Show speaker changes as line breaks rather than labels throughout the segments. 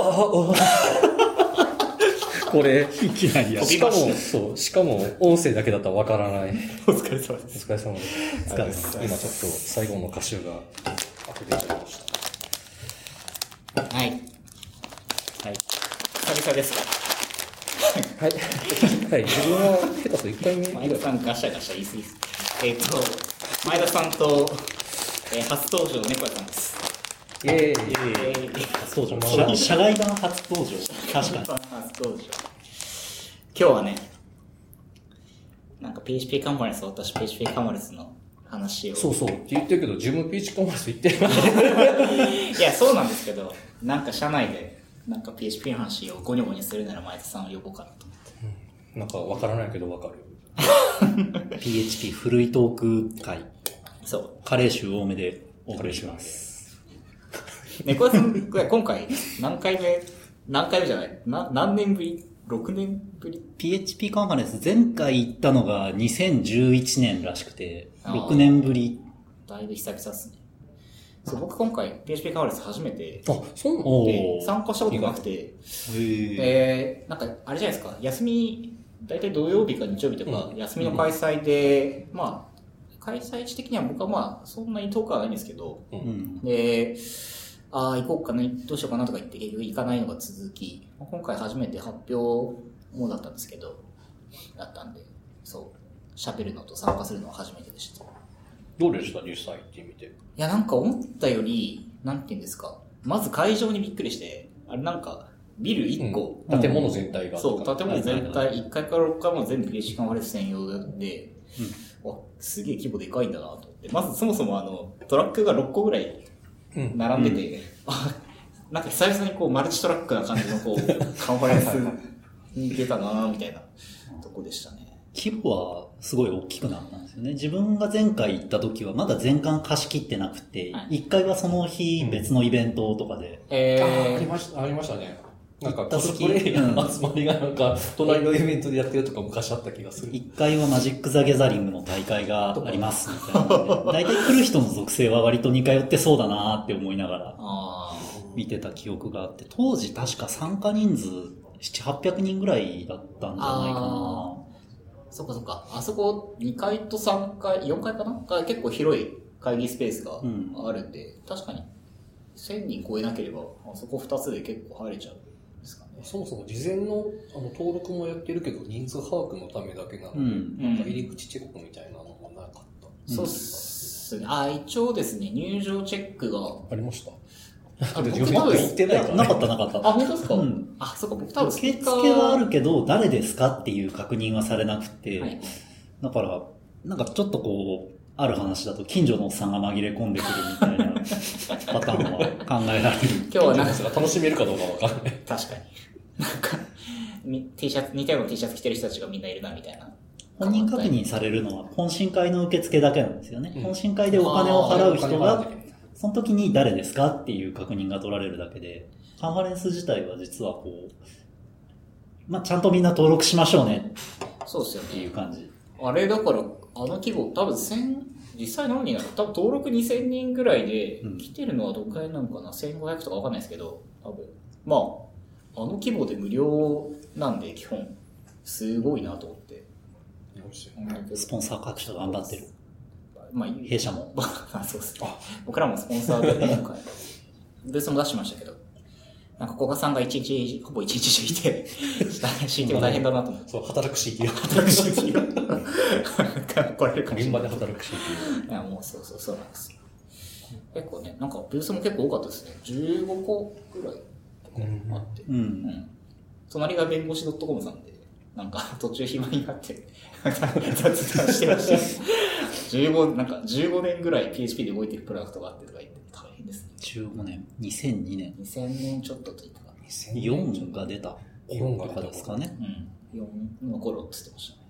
これ、
いきなりや
しかも、そう、しかも、音声だけだったらわからない。
お疲れ様で
お
す。
疲れ様です。
お疲れ様です
今ちょっと最後の歌集が溢れちゃいました。
はい。はい。久々ですか
はい。はい、自分は下手すると1回目以
前
来
田さんガシャガシャ言い過ぎです。えっ、と、前田さんと、えー初登場の猫屋さんです。
イェーイ
え
そうじゃん。
こんばんは
社社外版初登場。確かに。
初登場。今日はね、なんか PHP カンファレンス、私 PHP カンファレンスの話を。
そうそうって言ってるけど、自分ピーチコマース行ってない。
いや、そうなんですけど、なんか社内で、なんか PHP の話をゴニョゴニョするなら前田さんを呼ぼうかなと思って。
なんかわからないけどわかる。
PHP 古いトーク会。
そう。
カレー臭多めでお送りします。
猫屋さん、これ今回、何回目、何回目じゃないな、何年ぶり ?6 年ぶり
PHP カンファレンス前回行ったのが2011年らしくて、
あー
6年ぶり。
だいぶ久々っすね。そう、僕今回 PHP カンファレンス初めて、
あ、そうな
お
の
で
ー
参加したことなくて、
へー
えー、なんかあれじゃないですか、休み、大体土曜日か日曜日とか
う、ん
休みの開催で、まあ、開催地的には僕はまあ、そんなに遠くはないんですけど、
うん。
で、ああ、行こうかな、どうしようかなとか言って、結局行かないのが続き、今回初めて発表もだったんですけど、だったんで、そう、喋るのと参加するのは初めてでした。い
どうでした実際行ってみて。
や、なんか思ったより、なんて言うんですか、まず会場にびっくりして、あれなんか、ビル1個、
うん建物全体が。
そう、建物全
はい
体、1階から6階も全部電子カンファレンス専用で、わすげえ規模でかいんだなと思って。まずそもそもあの、トラックが6個ぐらい
うん
並んでて、あなんか久々にこうマルチトラックな感じのこう、カンファレンスに出たなみたいなとこでしたね。
規模はすごい大きくなったんですよね。自分が前回行った時はまだ全館貸し切ってなくて
は、
1回はその日別のイベントとかで、
え
あーあり
ー、
ました、ありましたね。なんか
行った
コ
時
スプレイヤー
う
の
ん
集まりがなんか、隣のイベントでやってるとか昔あった気がする。
1回はマジック・ザ・ギャザリングの大会がありますみたいなの で。大体来る人の属性は割と似通ってそうだなーって思いながら
あー
見てた記憶があって、当時確か参加人数7、800人ぐらいだったんじゃない
あ
かな。
そっかそっか。あそこ2階と3階、4階かなが結構広い会議スペースが
うん
あるんで、確かに1000人超えなければ、あそこ2つで結構入れちゃうんですかね。
そもそも事前のあの登録もやってるけど、人数把握のためだけなので、
うん。
うん
なんか入り口チェックみたいなのもなかった。
そうっすね。あ、一応ですね、入場チェックが。
ありました
あ、
で
僕
自分
多分
で行ってないから、
なかったなかっ
あ、
た。
本当ですか、
うん
あ、そっか、僕多分
受付はあるけど、誰ですかっていう確認はされなくて、
はい。
だから、なんかちょっとこう、ある話だと近所のおっさんが紛れ込んでくるみたいなパターンは考えられる。
今日はなんか
ですが楽しめるかどうかわかんない。
確かに。なんか、み T シャツ、似たような T シャツ着てる人たちがみんないるな、みたいな。
本人確認されるのは懇親会の受付だけなんですよね。
うん
懇親会でお金を払う人
お金払う
が
人、
その時に誰ですかっていう確認が取られるだけで、カンファレンス自体は実はこう、まあ、ちゃんとみんな登録しましょうね
そうですよ
ってい
ね
う。感じ。
あれだから、あの規模、多分千実際何人なの多分登録2000人ぐらいで
うん、
来てるのはどんくらいなのかな ?1500 とかわかんないですけど、多分。まあ、あの規模で無料なんで、基本。すごいなと思って。
スポンサー各社頑張ってる。
まあ、
弊社も。
あ そうっす僕らもスポンサーで今回、ブースも出しましたけど、なんか古賀さんが一日、ほぼ一日敷い て、敷いても大変だなと思って。
そう、働く CT
働くし、なんか来られるかもし
現
れ
場
ない
で働く CT
いや、もうそうそうそうなんですよ。結構ね、なんかブースも結構多かったですね。15個ぐらいあって。
う。
うんん。隣が弁護士 .com さんで、なんか 途中暇になって、雑談してました。15、なんか15年ぐらい PHP で動いてるプロダクトがあってとか言って、大変ですね。
15年、2002年、
2000年ちょっとと言ってたかな。
4が出た。
4が
と
出た
かですかね。
うん。4の頃って言ってましたね。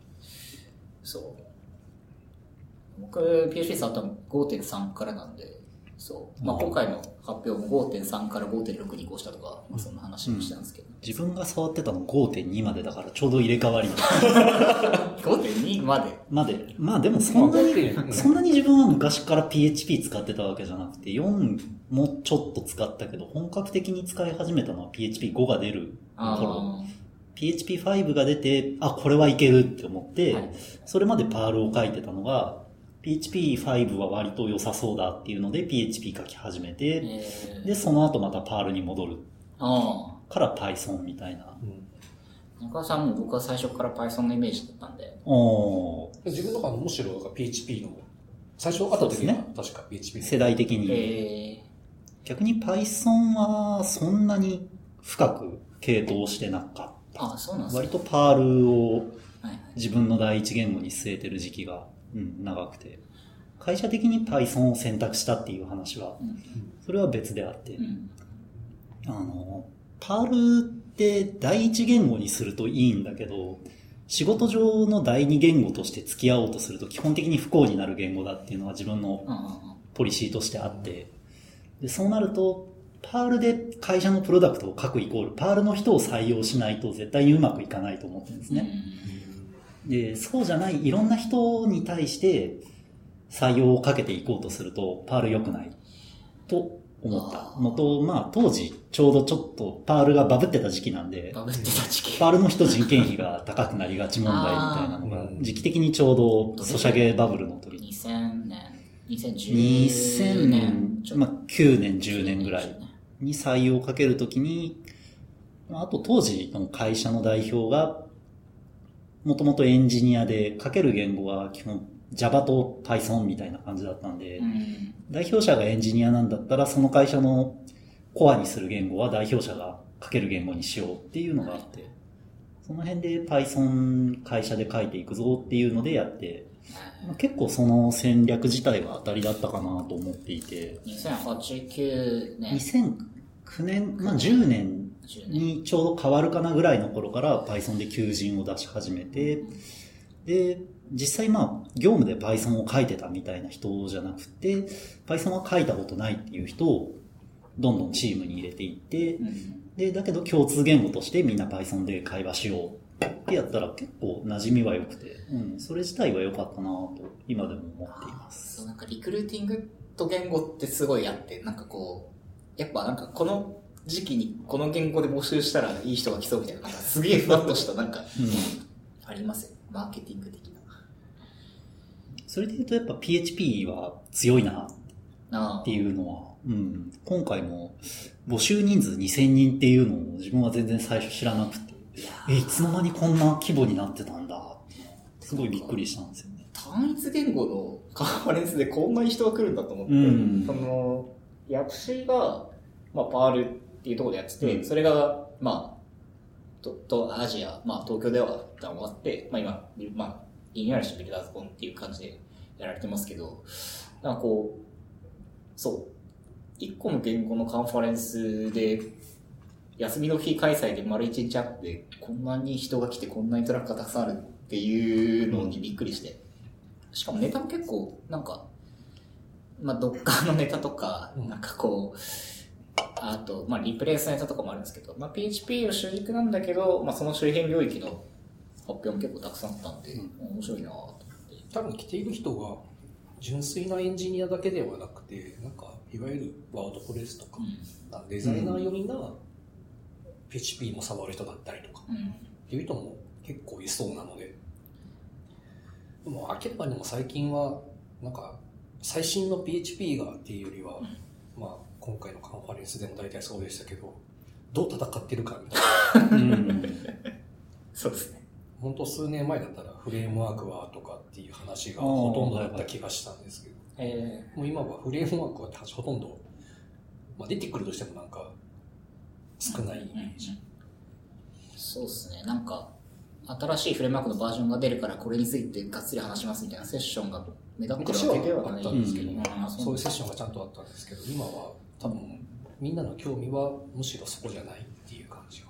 そう。僕、PHP さん多分5.3からなんで、そう。まあ、
うん
今回の発表も5.3から5.6に移行したとか、まあ、そんな話もしたんですけど、
自分が触ってたの5.2までだからちょうど入れ替わり
5.2まで。
まで。まあでもそんなに、
うん
そんなに自分は昔から PHP 使ってたわけじゃなくて、4もちょっと使ったけど、本格的に使い始めたのは PHP5 が出る頃。
あ
PHP5 が出て、あ、これはいけるって思って、
あ。はい。
それまでパールを書いてたのが、PHP5 は割と良さそうだっていうので PHP 書き始めて、
えー、
で、その後またパールに戻る
あ
から Python みたいな。
あ。中田さんも僕は最初から Python のイメージだったんで、
おー
自分の中のむしろなんか PHP の、最初あった時は確か PHP の
世代的に。
え
逆に Python はそんなに深く系統してなかっ
ー、ああ、そうなんで
た。
す
割
ね。
とパールを
はいはい
自分の第一言語に据えてる時期が、うん、長くて。会社的に Python を選択したっていう話は、
うん
それは別であって
う。ん
あの、パールって第一言語にするといいんだけど、仕事上の第二言語として付き合おうとすると基本的に不幸になる言語だっていうのは自分の
うんうん
ポリシーとしてあって、で、そうなると、パールで会社のプロダクトを書くイコール、パールの人を採用しないと絶対にうまくいかないと思ってるんです
うん。
ね。で、そうじゃない、いろんな人に対して採用をかけていこうとすると、パール良くないと思ったのと、まあ当時、ちょうどちょっとパールがバブってた時期なんで、
バブってた時期。
パールの人人件費が高くなりがち問題みたいなのが、時期的にちょうどソシャゲバブルの時に
2000年、2010
2000
年
年
ち、ょ、
まあ、9年、10年ぐらいに採用をかけるときに、まああと当時の会社の代表が、もともとエンジニアで、かける言語は基本 Java と Python みたいな感じだったんで、
うん。
代表者がエンジニアなんだったら、その会社のコアにする言語は代表者が書ける言語にしようっていうのがあって、その辺で Python 会社で書いていくぞっていうのでやって、まあ結構その戦略自体は当たりだったかなと思っていて、
2008、9年、
2009年、まあ10年
10年。
にちょうど変わるかなぐらいの頃から Python で求人を出し始めて、で、実際まあ、業務で Python を書いてたみたいな人じゃなくて、Python は書いたことないっていう人をどんどんチームに入れていって
う、ん
で、だけど共通言語としてみんな Python で会話しようってやったら結構馴染みは良くて、うん、それ自体は良かったなと今でも思っていま
そ
す。
う、なんかリクルーティングと言語ってすごいあって、なんかこう、やっぱなんかこの時期にこの言語で募集したらいい人が来そうみたいな、なんかすげえふわっとしたなんか、
うん。
ありますよ。マーケティング的な。
それで言うとやっぱ PHP は強いな
ああ
っていうのは、うん、今回も募集人数2000人っていうのを自分は全然最初知らなくて、え、いつの間にこんな規模になってたんだってすごいびっくりしたんですよね。
単一言語のカンファレンスでこんなに人が来るんだと思って、
うん
その、薬師が、まあ、パールっていうところでやってて、
うん
それが、まあ、と、と、アジア、まあ、東京では一旦終わって、まあ今、ビルまあ、リニューアルしてビルダーズコンっていう感じでやられてますけど、なんかこう、そう、一個の言語のカンファレンスで、休みの日開催で丸一日あって、こんなに人が来てこんなにトラックがたくさんあるっていうのにびっくりして、しかもネタも結構、なんか、まあ、ドッカーのネタとか、
うん
なんかこう、あと、まあ、リプレイスのネタとかもあるんですけど、まあ、PHP を主軸なんだけど、まあ、その周辺領域の発表も結構たくさんあったんで、面白いなぁと思って。
多分着ている人が純粋なエンジニアだけではなくてなんかいわゆるワードプレスとか、デザイナー寄りな PHP も触る人だったりとか
うん。うん。
っていう人も結構いそうなのででも明らかにも最近はなんか最新の PHP がっていうよりは、まあ今回のカンファレンスでも大体そうでしたけどどう戦ってるかみたいな
うん。
そうですね。
本当数年前だったらフレームワークはとかっていう話がほとんどだった気がしたんですけど
え
もう今はフレームワークはほとんど、まあ、出てくるとしてもなんか少ないイ
ーう
メ
ん
ージ。
そうですね。なんか、新しいフレームワークのバージョンが出るから、これについてがっつり話しますみたいなセッションが目立ってるわけでは
昔は
ない
あったん
ですけど
うんあ
そういうセッ
ョン
ションがちゃんとあったんですけど、今は多分みんなの興味はむしろそこじゃないっていう感じが。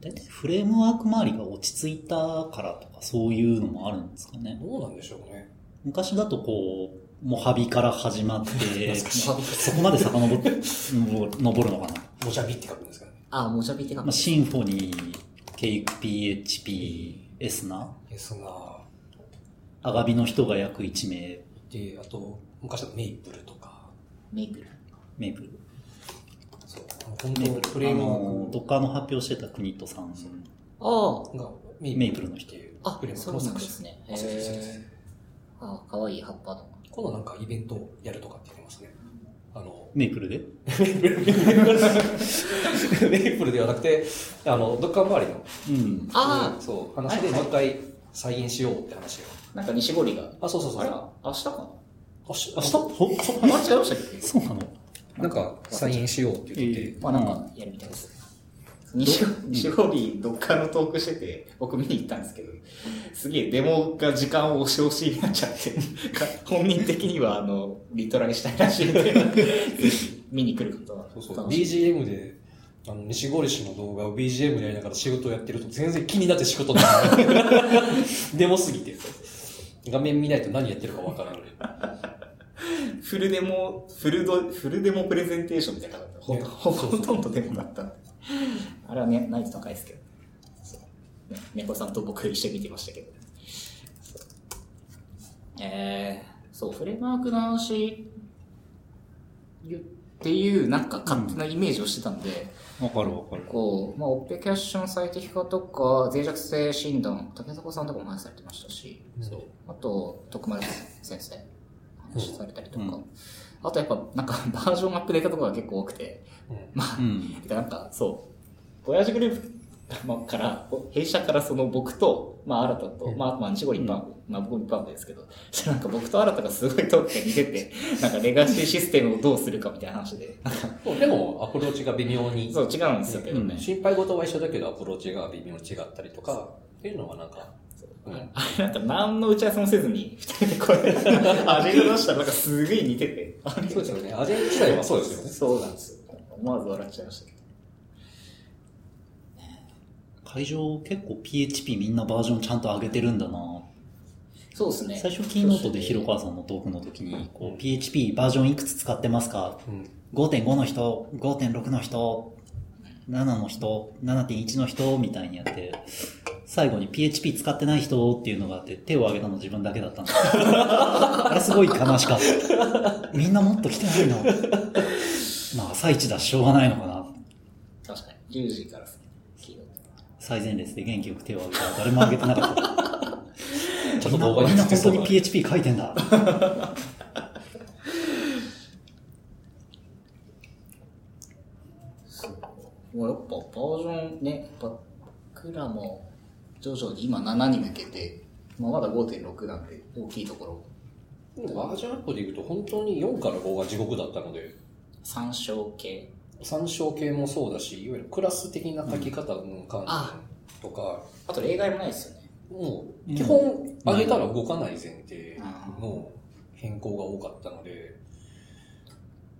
大体フレームワーク周りが落ち着いたからとかそういうのもあるんですかね。
どうなんでしょうね。
昔だとこう、モハビから始ま って、
モハビ
そこまで遡って、登るのかな。
モジャビって書くんですかね。
あ、モジャビってか
まあ、シンフォニー、ケイク PHP、エスナ、
エスナー
アガビの人が約1名、
で、あと、昔だとメイプルとか、
メイプル。
メイプル。
そう、あの本当
メイ
に
プル
フレー
あ
ムワ
の
ー、
ドッカーの発表してた国とさ
あ
ん。
クが
メイプルの人
っていう
あ、
フレームワー
そ
ク
う
の
な
作
んで
者。
すね。へ
作者です
ーあ、かわいい葉っぱの。
今度なんかイベントをやるとかって言ってますね。あの、
メイプルで
メイプルではなくて、あの、どっか周りの、
うん。
あ
そう、話でもう一回再現しようって話を。
あ、なんか西堀が。
あ、そうそうそう。
あれ明日かな
明日
明日ほ
あ、違いましたっけ
そうなの
なんか再現しようって言ってて、
ええ
まあなんかやるみたいです。西西堀どっかのトークしてて、僕見に行ったんですけど、すげえデモが時間を押し押しになっちゃって、 か本人的にはあの、リトライしたいらしいんで、ぜひ見に来ることは
そうそう、
楽しみ
BGM で、あの、西郷氏の動画を BGM でやりながら仕事をやってると全然気になって仕事になる。 デモすぎて。画面見ないと何やってるかわからない。
フルデモ、フルド、フルデモプレゼンテーションみたいな感じだった。ほんと
ね
ほほとんどデモだったんで。あれはね、難易度高いですけど。そうね猫さんと僕一緒に見てましたけど。そうえー、そう、フレームワークの話、ゆっていう、なんか勝手なイメージをしてたんで、
わかるわかる。
こう、まあ、オペキャッション最適化とか、脆弱性診断、竹迫さんとかもお話しされてましたし、
うん
そう。あと、徳丸先生、お話しされたりとか、
うん
あとやっぱ、なんか、 バージョンアップデートとかが結構多くて、
うん
まあ
う、ん。
てかなんか、そう、親父グループまあから、お弊社からその僕と、まあ、新たと
う、ん
まあ、まあ、西堀一般部、まあ、僕一般部ですけど、 そしたらなんか僕と新たがすごいトークが似てて、なんかレガシーシステムをどうするかみたいな話で、なんか
そうでも、アプローチが微妙に。
そう、違うんですよけどね。
うん
心配事は一緒だけど、アプローチが微妙に違ったりとか、っていうのはなんか、うん
あれなんか何の打ち合わせもせずに、二人でこれ、味が出したらなんかすげえ似てて。あ
そうですよね。アジェン自体はそうですよね。
そうなんですよ。思わず笑っちゃいましたけど。
会場結構 PHP みんなバージョンちゃんと上げてるんだな
そうですね。
最初キーノートで広川さんのトークの時に、こう PHP バージョンいくつ使ってますか
うん。
5.5の人、5.6の人、7の人、7.1の人みたいにやって、最後に PHP 使ってない人っていうのがあって、手を挙げたの 自分だけだったんですあれすごい悲しかった。みんなもっと来てないの。まあ朝一だししょうがないのかな。
確かに。10時からですね。キーノー
最前列で元気よく手を挙げたら誰も挙げてなかった。
ちょっと
みんな
動画
みん
に
な
つ
本
そ
当
うだ
に PHP 書いてんだ。
ト。もうやっぱバージョンね、僕らも徐々に今7に向けて、まあ、まだ5.6なんで大きいところ
でもバージョンアップでいくと、本当に4から5が地獄だったので、
参照系。
参照系もそうだし、いわゆるクラス的な書き方の観点とか、
あと例外もないですよね。
も
う
うん基本上げたら動かない前提の変更が多かったので、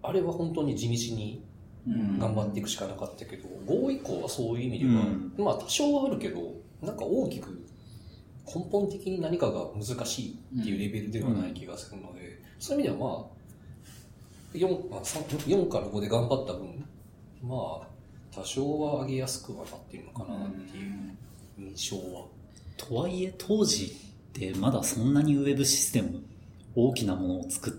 あれは本当に地道に
うん
頑張っていくしかなかったけど、5以降はそういう意味では、
うん
まあ多少はあるけど、なんか大きく根本的に何かが難しいっていうレベルではない気がするので、そういう意味ではまあ、4, まあさん4から5で頑張った分、まあ、多少は上げやすくはなってるのかなっていう印象は。
とはいえ当時ってまだそんなにウェブシステム大きなものを作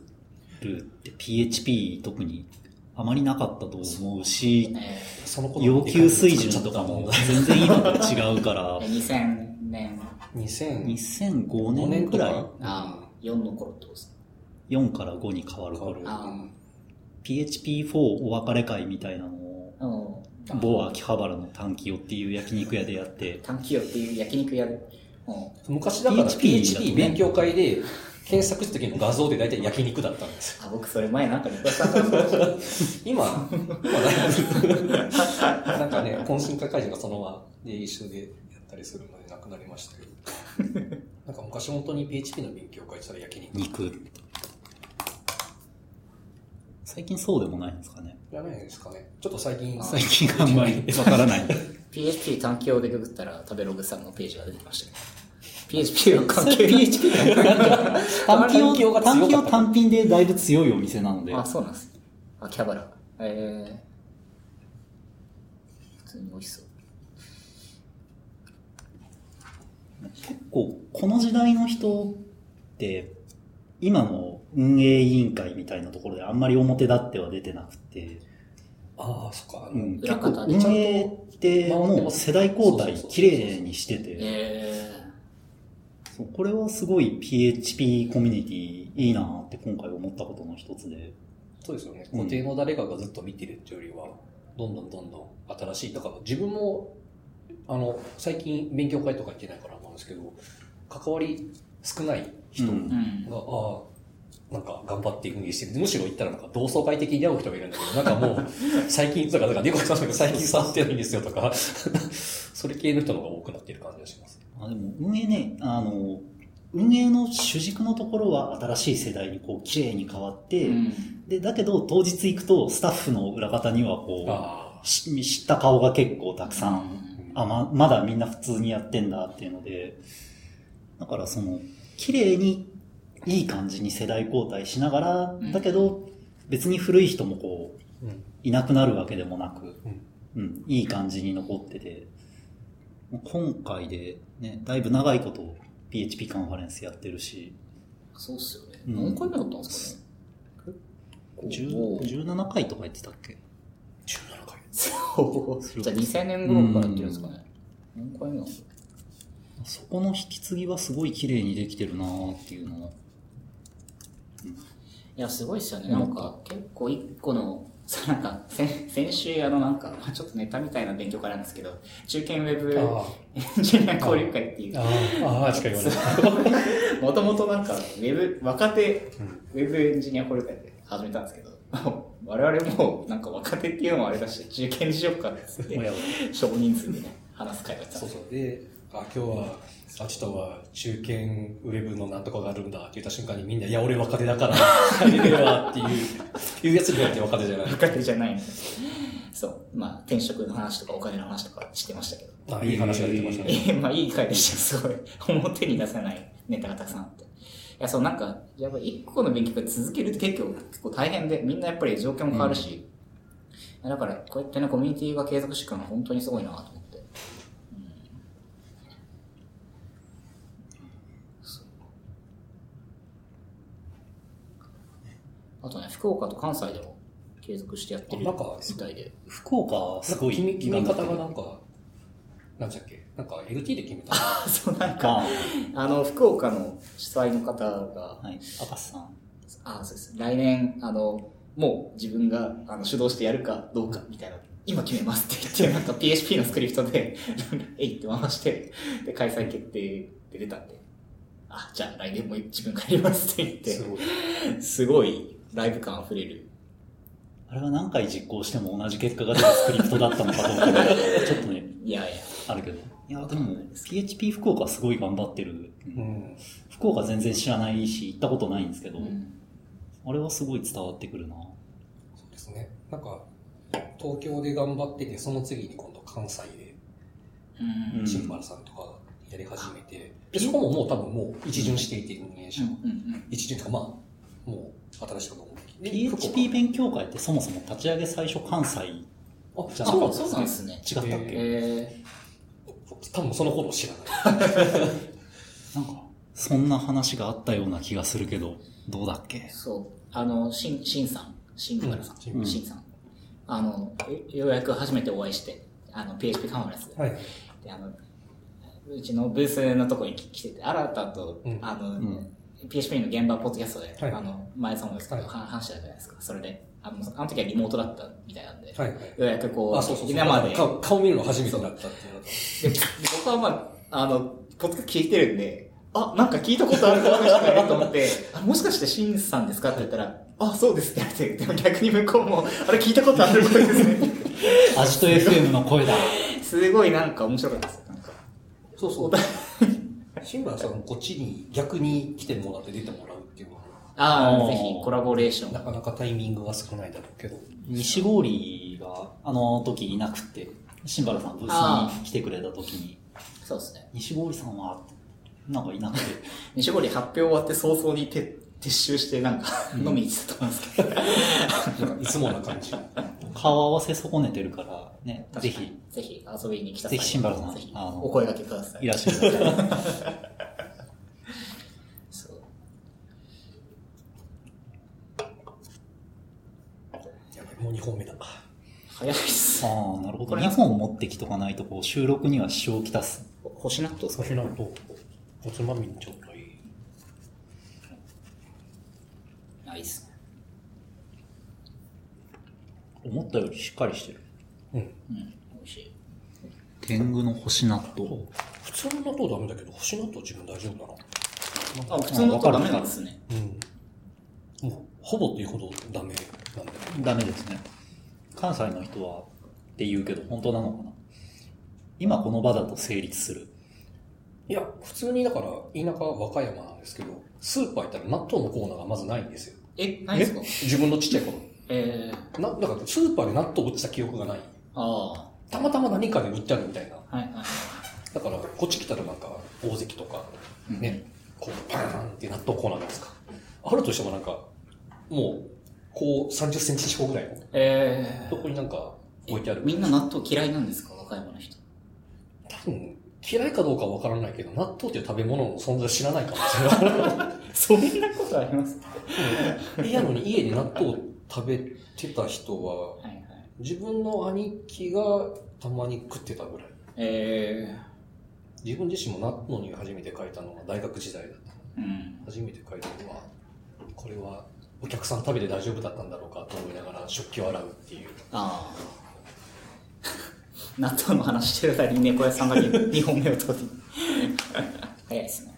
るって PHP 特にあまりなかったと思うし
え
その頃
要求水準とかも全然今と違うか
ー
ら
2000年、
2005
2005
年
年
く
く
ら
ら
い
い
ああ、4の頃ってことですね。
4から5に変わる
変
頃
わる
ああ。
PHP4 お別れ会みたいなのを
うん
某秋葉原の短期をっていう焼肉屋でやって
短期よっていう焼肉やる。うん
昔だから
PHP
PHP 勉強会で検索した時の画像で大体焼肉だったんですよ
あ、僕それ前なんかリクエストあったんですよ
今、今だいぶなんかね、懇親会会場がそのままで一緒でやったりするのでなくなりましたけど、なんか昔本当に PHP の勉強会したら焼肉
肉最近そうでもないんですかね
じゃないですかね。ちょっと最近、
最近あん まりわからない
PHP 短期用でググったら食べログさんのページが出てきましたけ PHP は関係 PHP
単品
単品
を、
が強かった
単品を単品でだいぶ強いお店なので、
あ、そうなんですね。あ、キャバラ。えー、普通に美味しそう。
結構この時代の人って、今の運営委員会みたいなところであんまり表立っては出てなくて、
ああ、そっか。あの
うん、
裏
結構
方でちゃんと
運営ってもう世代交代
そうそうそう
綺麗にしてて、
え
そうこれはすごい PHP コミュニティいいなって今回思ったことの一つで、
そうですよね。
うん
固定の誰かがずっと見てるっていうよりは、どんどんどんどん新しい。だから自分も、あの、最近勉強会とか行ってないからなんですけど、関わり少ない人が、
うん
ー、うん。
ああ、なんか頑張っていくにしてる。むしろ行ったらなんか同窓会的に会う人がいるんだけど、なんかもう、 最近、だから、だから猫さんとか最近触ってないんですよとか、 それ系の人の方が多くなってる感じがします。
あでも運営ね、あの、運営の主軸のところは新しい世代にこう綺麗に変わって、
うん
で、だけど当日行くとスタッフの裏方にはこう、
あ
し知った顔が結構たくさん、あ、ま、まだみんな普通にやってんだっていうので、だからその、綺麗にいい感じに世代交代しながら
ん、
だけど別に古い人もこう、
あ、うん。
いなくなるわけでもなく、
うん
うん、いい感じに残ってて、今回でね、だいぶ長いこと PHP カンファレンスやってるし、
そうっすよね。
うん
何回目だったんですかね。結構
10 17回とか言ってたっけ
17回。
そうじゃあ2000年頃からやってるんですかね。何回目なんですか
そこの引き継ぎはすごい綺麗にできてるなーっていうのは。
いや、すごいっすよね。なんか、結構一個の、 そうなんか、先先週、あの、なんか、まあちょっとネタみたいな勉強会なんですけど、中堅ウェブ
あ
エンジニア交流会っていう
あ、、ああ、ああ、しか言わない。
もともとなんか、ウェブ、若手
うん、
ウェブエンジニア交流会で始めたんですけど、 我々も、なんか若手っていうのもあれだし、中堅にしよっかっつって、少人数でね、話す会だったん
そう
ですよ。
そう。で、あ、今日は、あちとは中堅ウェブのなんとかがあるんだって言った瞬間にみんな、いや、俺若手だ から、入れてるわっていう、いうやつになって若手じゃない。
若手じゃないんでそう。まあ、転職の話とかお金の話とかしてましたけど。
あ、いい話が出てましたね。
えー まあいい回でした、すごい。表に出せないネタがたくさんあって。いや、そう、なんか、やっぱ一個の勉強会続けるって結構結構大変で、みんなやっぱり状況も変わるし、いやだから、こうやってね、コミュニティが継続していくのは本当にすごいなと思って。うんそうあとね、福岡と関西でも継続してやってる
あなんか
みたいで。
福岡はすごい
決め決め方が
な
なんか、なんじゃっけ、なんか LT で決めた。
そう、なんか、
か、
あの、福岡の主催の方が、
はい、赤瀬さん。
あそうです来年あのもう自分があの主導してやるかどうかみたいな今決めますって言ってなんか PHP のスクリプトで なんかえいって回してで開催決定で出たんであじゃあ来年も自分がやりますって言
す
っ
ごい。
てすごいライブ感あふれる
あれは何回実行しても同じ結果が出るスクリプトだったのかどうかがちょっとね、
いやいや
あるけど。いや、でも、PHP 福岡すごい頑張ってる。う
うんん。
福岡全然知らないし、行ったことないんですけど、
うん
あれはすごい伝わってくるな。
そうですね。なんか、東京で頑張ってて、その次に今度関西で、
うん
うん
新丸さんとかがやり始めて、で、そこももう多分もう一巡していて、運営者は
うん
一巡とか、まあ、もう新しいこともで
PHP 勉強会ってそもそも立ち上げ最初関西違っ
あ、
じゃあ
そうなん
あ
です
そうなんですね
たっけ、
え
多分その頃知らない。
なんか、そんな話があったような気がするけど、どうだっけ
ー、そうあのしんしんさんしんからさん、
うん
しんさんあのえようやく初めてお会いしてあの PHP カンファレンスで
はい。
であのうちのブースのとこに来てて新たと、
うん
あの
ん
PHP の現場ポッドキャストで、
はい
あの前そのですけど、
はい
は話したじゃないですかそれであのあの時はリモートだったみたいなんで、
はい。
ようやくこう
あ、そうそうそう。
今まで
顔顔見るの初めてだったっていうのと。
で僕はまああのポッドキャスト聞いてるんであなんか聞いたことある話だねと 思ってあもしかしてしんさんですかって言ったらあそうですって言われてでも逆に向こうもあれ聞いたことある声ですね
アジト FM の声だ。
すごいなんか面白かったですなんか
そう
そ
そうう。新村さん、こっちに逆に来てもらって出てもらうっていうのは、
あ
お
あ
ー
ぜひコラボレーション
なかなかタイミングが少ないだろうけど。
西郡があの時いなくて、新原さんブースに来てくれた時に、
そうですね
西郡さんは、なんかいなくて。
西堀発表終わって早々に撤撤収してなんか飲みに行ってたと思うんです けど。
いつもな感じ。
顔合わせ損ねてるから、ね、ぜ
確か
ひ
に、。ぜひ遊びに来た
ぜひシンバルさん
ぜひ
あの
お声掛けください。
いらっしゃい ませ。
そう。
やばい、もう2本目だ。
早いっす。
ああ、なるほ
こ
ど。
れ
2本持ってきとかないと、こう、収録には支障をきたす。
星納豆
そ
さん。
れなんと、おつまみにちょうどいい。
ないっすね。
思ったよりしっかりしてる。
うん。
うん。美味しい。
天狗の星納豆。
普通の納豆ダメだけど、星納豆自分大丈夫だ
あ、普通の納豆ダメなんですね。
な。うん。もう、ほぼっていうほどダメなんだけ
ダメですね。関西の人はって言うけど、本当なのかな今この場だと成立する。
ど。いや、普通にだから、田舎和歌山なんですけど、スーパー行ったら納豆のコーナーがまずないんですよ。
え、ないっすか
自分のちっちゃい頃。
えー、
な、だからスーパーで納豆落ちた記憶がない。
あ
たまたま何かで売ってあるみたいな。
あ、はいはい。
だから、こっち来たらなんか、大関とか、ね、こう、パーンって納豆コーナーなんですか。あるとしてもなんか、もう、こう、30センチ四方ぐらいの、
え
そこになんか置いてあ
ー、
る。
みんな納豆嫌いなんですか和歌山の人。
多分、嫌いかどうかはわからないけど、納豆っていう食べ物の存在知らないかもしれな
そんなことあります
い。なのに家で納豆食べてた人は、
はいはい。
自分の兄貴がたまに食ってたぐらい。
え
自分自身も納豆に初めて書いたのは大学時代だった。
ー、うん。
初めて書いたのはこれはお客さん食べて大丈夫だったんだろうかと思いながら食器を洗うっていう
ああ。納豆の話してる間に猫屋さんが2本目を取り。早いですね。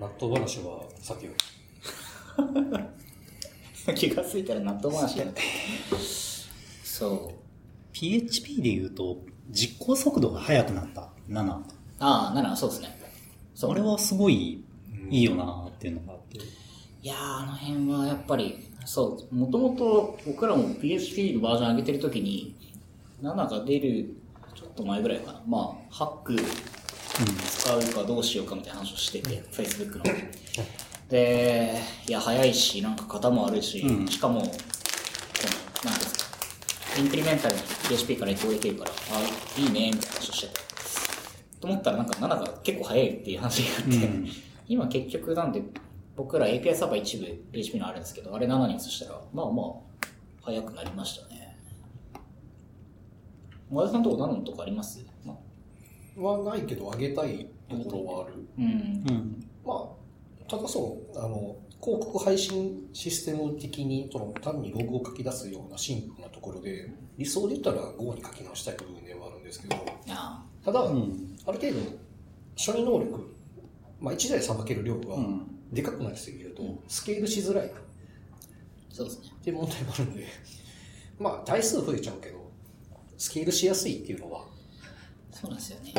納豆話は先を
気がついたら納豆話になってたそう
PHP で言うと、実行速度が速くなった。7。
ああならそうですねそ
あ
う
れはすごいいいよなっていうのがあって。
いやーあの辺はやっぱりそうもともと僕らも PHP のバージョン上げてる時に7が出るちょっと前ぐらいかなまあハック使うかどうしようかみたいな話をしてて Facebook の でいや早いしなんか型もあるし、
うん
しかもこのなんですかインプリメンタルに PHP から移行できるからあいいねみたいな話をしててと思ったらなんか7が結構早いっていう話があって、
うん
今結局なんで僕ら API サーバー一部 PHP のあるんですけどあれ7に移したらまあまあ早くなりましたね和田さんとこ何のとこあります、まあ
はないけどあげたいところはある
うん
うん。うん。
まあただそうあの広告配信システム的にその単にログを書き出すようなシンプルなところで理想で言ったら Go に書き直したい部分ではあるんですけど
あ
ただ、
うん。
ある程度処理能力、まあ、1台さばける量が
うん
でかくなりすぎると
うん
スケールしづらい、
あそうですね
っていう問題もあるので、 まあ、台数増えちゃうけど、スケールしやすいっていうのは、
そうなんですよね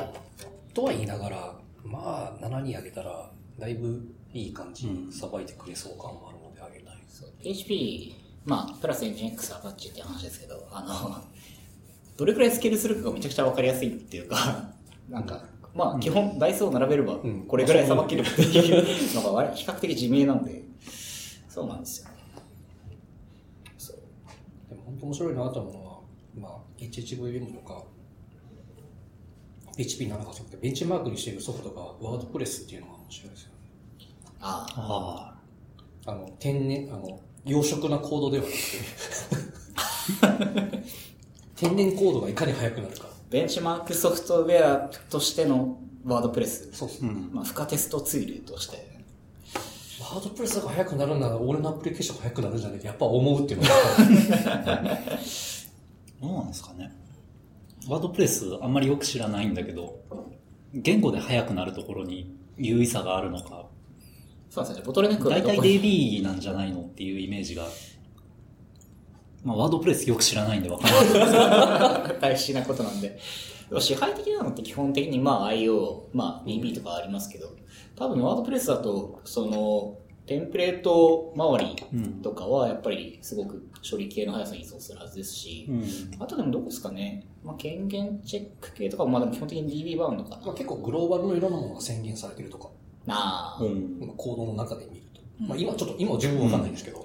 とは言いながら、まあ、7に上げたら、だいぶいい感じ
う
に
ん
さばいてくれそう感もあるので、上げたい。
そう PHP まあプラス NGX アパッチっていう話ですけどあの どれくらいスケールするかがめちゃくちゃ分かりやすいっていうか なんかまあ基本台数を並べれば
ん
これぐらいさばけるっていうのが割比較的自明なのでそうなんですよねそう
でも、本当面白いなと思うのは、まあ、HHVM とか、PHP7 がそうで、ベンチマークにしているソフトが、ワードプレスっていうのが面白いですよね。
ああ
あ
あの、天然、あの、養殖なコードではなくて、天然コードがいかに速くなるか。
ベンチマークソフトウェアとしてのワードプレス、
そうそう
あ。うん。
まあ、付加テストツールとして
ワードプレスが速くなるなら俺のアプリケーションが速くなるんじゃねえってやっぱ思うっていうのが
どうなんですかね。ワードプレスあんまりよく知らないんだけど、言語で速くなるところに優位さがあるのか、
そうなんですよねボトルネックが
大
どこ
体
に
DB なんじゃないのっていうイメージが、まあワードプレスよく知らないんでわかんないですけ
大事なことなんで。でも支配的なのって基本的にまあ IO、まあ DB とかありますけど、多分ワードプレスだと、その、テンプレート周り
うん
とかはやっぱりすごく処理系の速さに依存するはずですし、
うん
あとでもどこですかね、まあ、権限チェック系とかはまあでも基本的に DB バウンドかな。
まあ、結構グローバルのいろんなものが宣言されてるとか、
なあ、
うん
今コードの中で見ると。
うん
まあ、今ちょっと、今十分わかんないんですけど、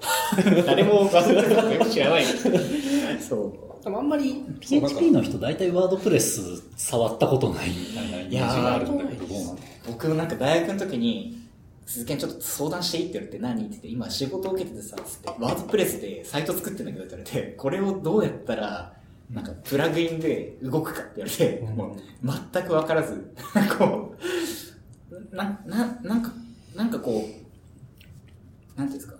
誰も画像がよく知らない。そ
でもあんまり、そうなんか
PHP の人大体ワードプレス触ったことないみたいなイメージがあるんだけど
いやー
どうなの
う。僕もなんか大学の時に、鈴木にちょっと相談していいって言われて何って言って、今仕事を受けててさ、つって、ワードプレスでサイト作ってんだけどって言われて、これをどうやったら、なんかプラグインで動くかって言われて、
うん
もう全くわからず、こう、な、な、なんか、なんかこう、なんていうんですか、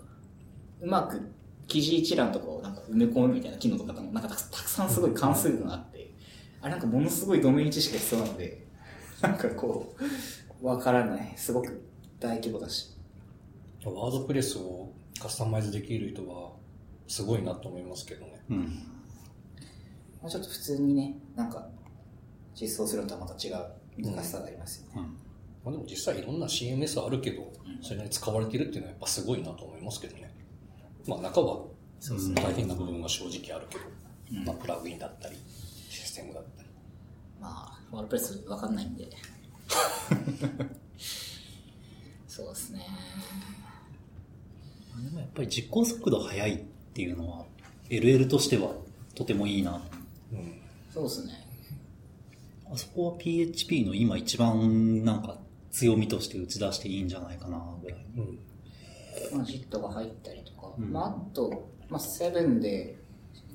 うまく記事一覧とかをなんか埋め込むみたいな機能とかも、なんかたくたくさんすごい関数があって、あれなんかものすごいドメイン知識が必要なので、なんかこう、わからない。すごく大規模だし。
ワードプレスをカスタマイズできる人は、すごいなと思いますけどね。
うん。
まあ、ちょっと普通にね、なんか、実装するのとはまた違う難しさがありますよね。
うん
まあ、でも実際いろんな CMS あるけど
ん、
それなりに使われてるっていうのはやっぱすごいなと思いますけどね。まあ中は
そう
ですね
大変な部分が正直あるけど、
うん
まあプラグインだったり、システムだったり。
まあ、ワードプレスわかんないん で。そうですね。
でもやっぱり実行速度速いっていうのは、LL としてはとてもいいな。
うん。
そうですね。
あそこは PHP の今一番なんか強みとして打ち出していいんじゃないかなぐらい。
うん。
まあ、ジットが入ったりとか、
うん
まあ、あと、まあ、セブンで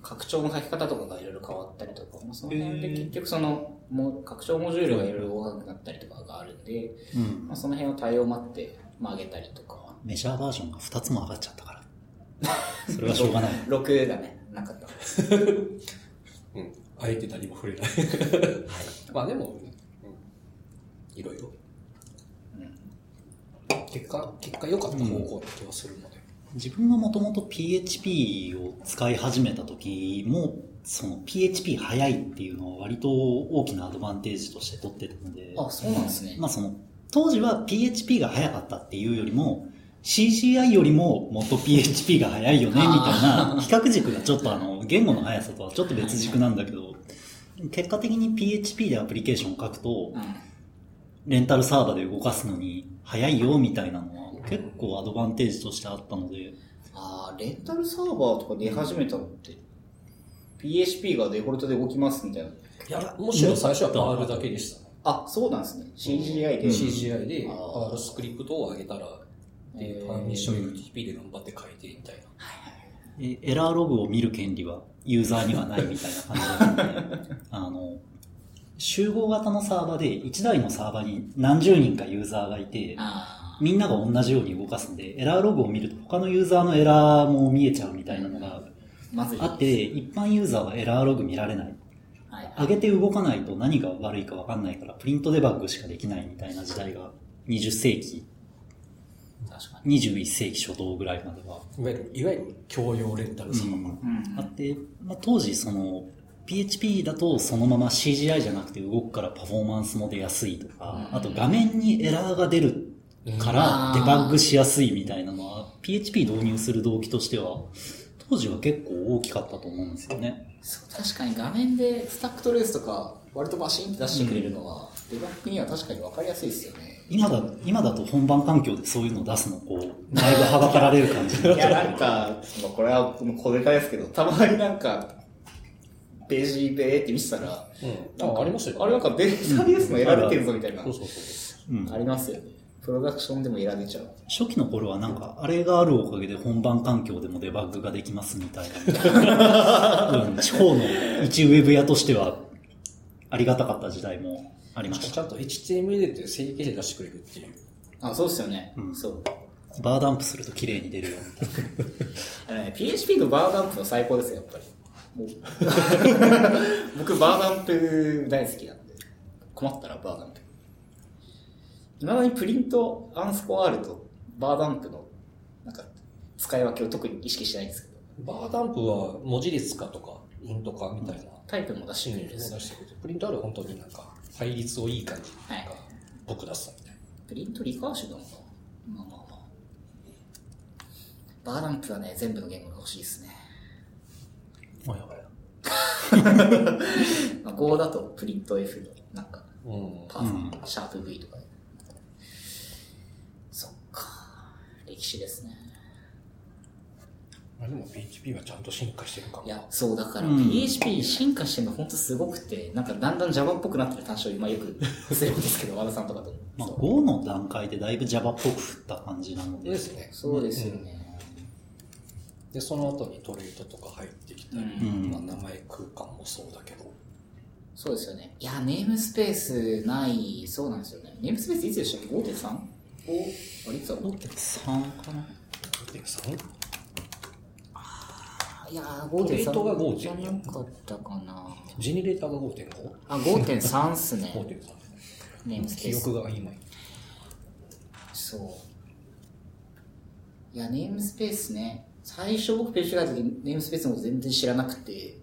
拡張の書き方とかがいろいろ変わったりとか、まあ、その辺で
へー
結局その、もう拡張モジュールがいろいろ大きくなったりとかがあるんで、
うん
まあ、。その辺を対応待って、まあ、上げたりとか、
メジャーバージョンが2つも上がっちゃったから。 それはしょうがない。
6だね、なかった。
うん。あえて何も触れない。 まあでも、うんいろいろ。結果、結果良かった方向な気はするので。
自分がもともと PHP を使い始めた時も、その PHP 早いっていうのは割と大きなアドバンテージとして取ってたので。
あ、そうなんですね。
まあその、当時は PHP が早かったっていうよりも、CGI よりももっと PHP が早いよね、みたいな、比較軸がちょっとあの、言語の速さとはちょっと別軸なんだけど、結果的に PHP でアプリケーションを書くと
う、ん
レンタルサーバーで動かすのに早いよ、みたいなのは結構アドバンテージとしてあったので、
あーレンタルサーバーとか出始めたのって、PHP がデフォルトで動きますみたいな。
いや、むしろ最初は R だけでしたね。
あ、そうなんですね。CGI で。
うん
CGI で
あー
R スクリプトを上げたら、で、パーミッション FTP で頑張って書いてみたいな。
えエラーログを見る権利はユーザーにはないみたいな感じだったので、あの、集合型のサーバーで1台のサーバーに何十人かユーザーがいて、
あ
みんなが同じように動かすんで、エラーログを見ると他のユーザーのエラーも見えちゃうみたいなのが
ーまずい。
あって、一般ユーザーはエラーログ見られない。
はい
上げて動かないと何が悪いかわかんないから、プリントデバッグしかできないみたいな時代が、20世紀、
確かに。
21世紀初頭ぐらいまでは。
いわゆる、いわゆる共用レンタルサーバー。
うん
あって、まあ、当時その PHP だとそのまま CGI じゃなくて動くからパフォーマンスも出やすいとか、
うん
あと画面にエラーが出るから
うん
デバッグしやすいみたいなのは PHP 導入する動機としては当時は結構大きかったと思うんですよね。
そう確かに画面でスタックトレースとか、割とバシンって出してくれるのは、デバッグには確かに分かりやすいですよね。
今だ、今だと本番環境でそういうの出すのこう、だいぶはばかられる感じにな っ
い
ちゃ
や、
う
なんか、まあこれはもう小ネタですけど、たまになんか、ページべーって見てたら、
うん。
なん
あ
か
ありましたよ、
あれなんかデータベースのエラー出てるぞみたいな。
そうそうそう。
うん
ありますよね。プロダクションでもエラー出ちゃう。
初期の頃はなんか、あれがあるおかげで本番環境でもデバッグができますみたい な。うん、地方の一ウェブ屋としては、ありがたかった時代もありまし
ちゃ
た。
んと HTML って正規で出してくれるっていう。
あ、そうですよね。
ん
そう。
バーダンプすると綺麗に出るよみたいな。
あのね、PHP のバーダンプは最高ですよ、やっぱり。もう僕、バーダンプ大好きなんで。困ったらバーダンプ。いまだにプリント、アンスコアールとバーダンプの、なんか、使い分けを特に意識してないんですけど、
バーダンプは文字列化とか、インとかみたいな。
タイプも出し
シ
て
ー
く
ンを
れるん
出
ですよ。
してくれて、プリントあるは本当になんか、配列をいい感じに、なんか、僕出すみたいな。
プリントリカーシュなのかなまあまあまあ。バーランプはね、全部の言語が欲しいですね。
おやおや。
まあ、Go だとプリント F の、なんか、
うん。
パー
うん
シャープ V とかで。そっか。歴史ですね。
まあでも PHP はちゃんと進化してるかも。
いや、そう、だから
うん
PHP 進化してるのほんとすごくて、なんかだんだん Java っぽくなってる単勝今よくするんですけど、和田さんとかと。
まあ、Go の段階でだいぶ Java っぽく振った感じなので。
ですね。
そうですよね。
で、その後にトレートとか入ってきたり、
うん
まあ名前空間もそうだけど、
そうですよね。いや、ネームスペースない、そうなんですよね。ネームスペースいつでしたっけ ?5.3? おあれいつだろう
3かな
5.3?
いやー、
トレートが
5.3
5.4
じゃなかったかな。
ジェネレーターが 5.5?5.3
あ、5.3っすね。ネームスペ
記
ー
憶
ス。
が曖昧。
そう。いや、ネームスペースね。最初僕ページ開いた時ネームスペースのこと全然知らなくて、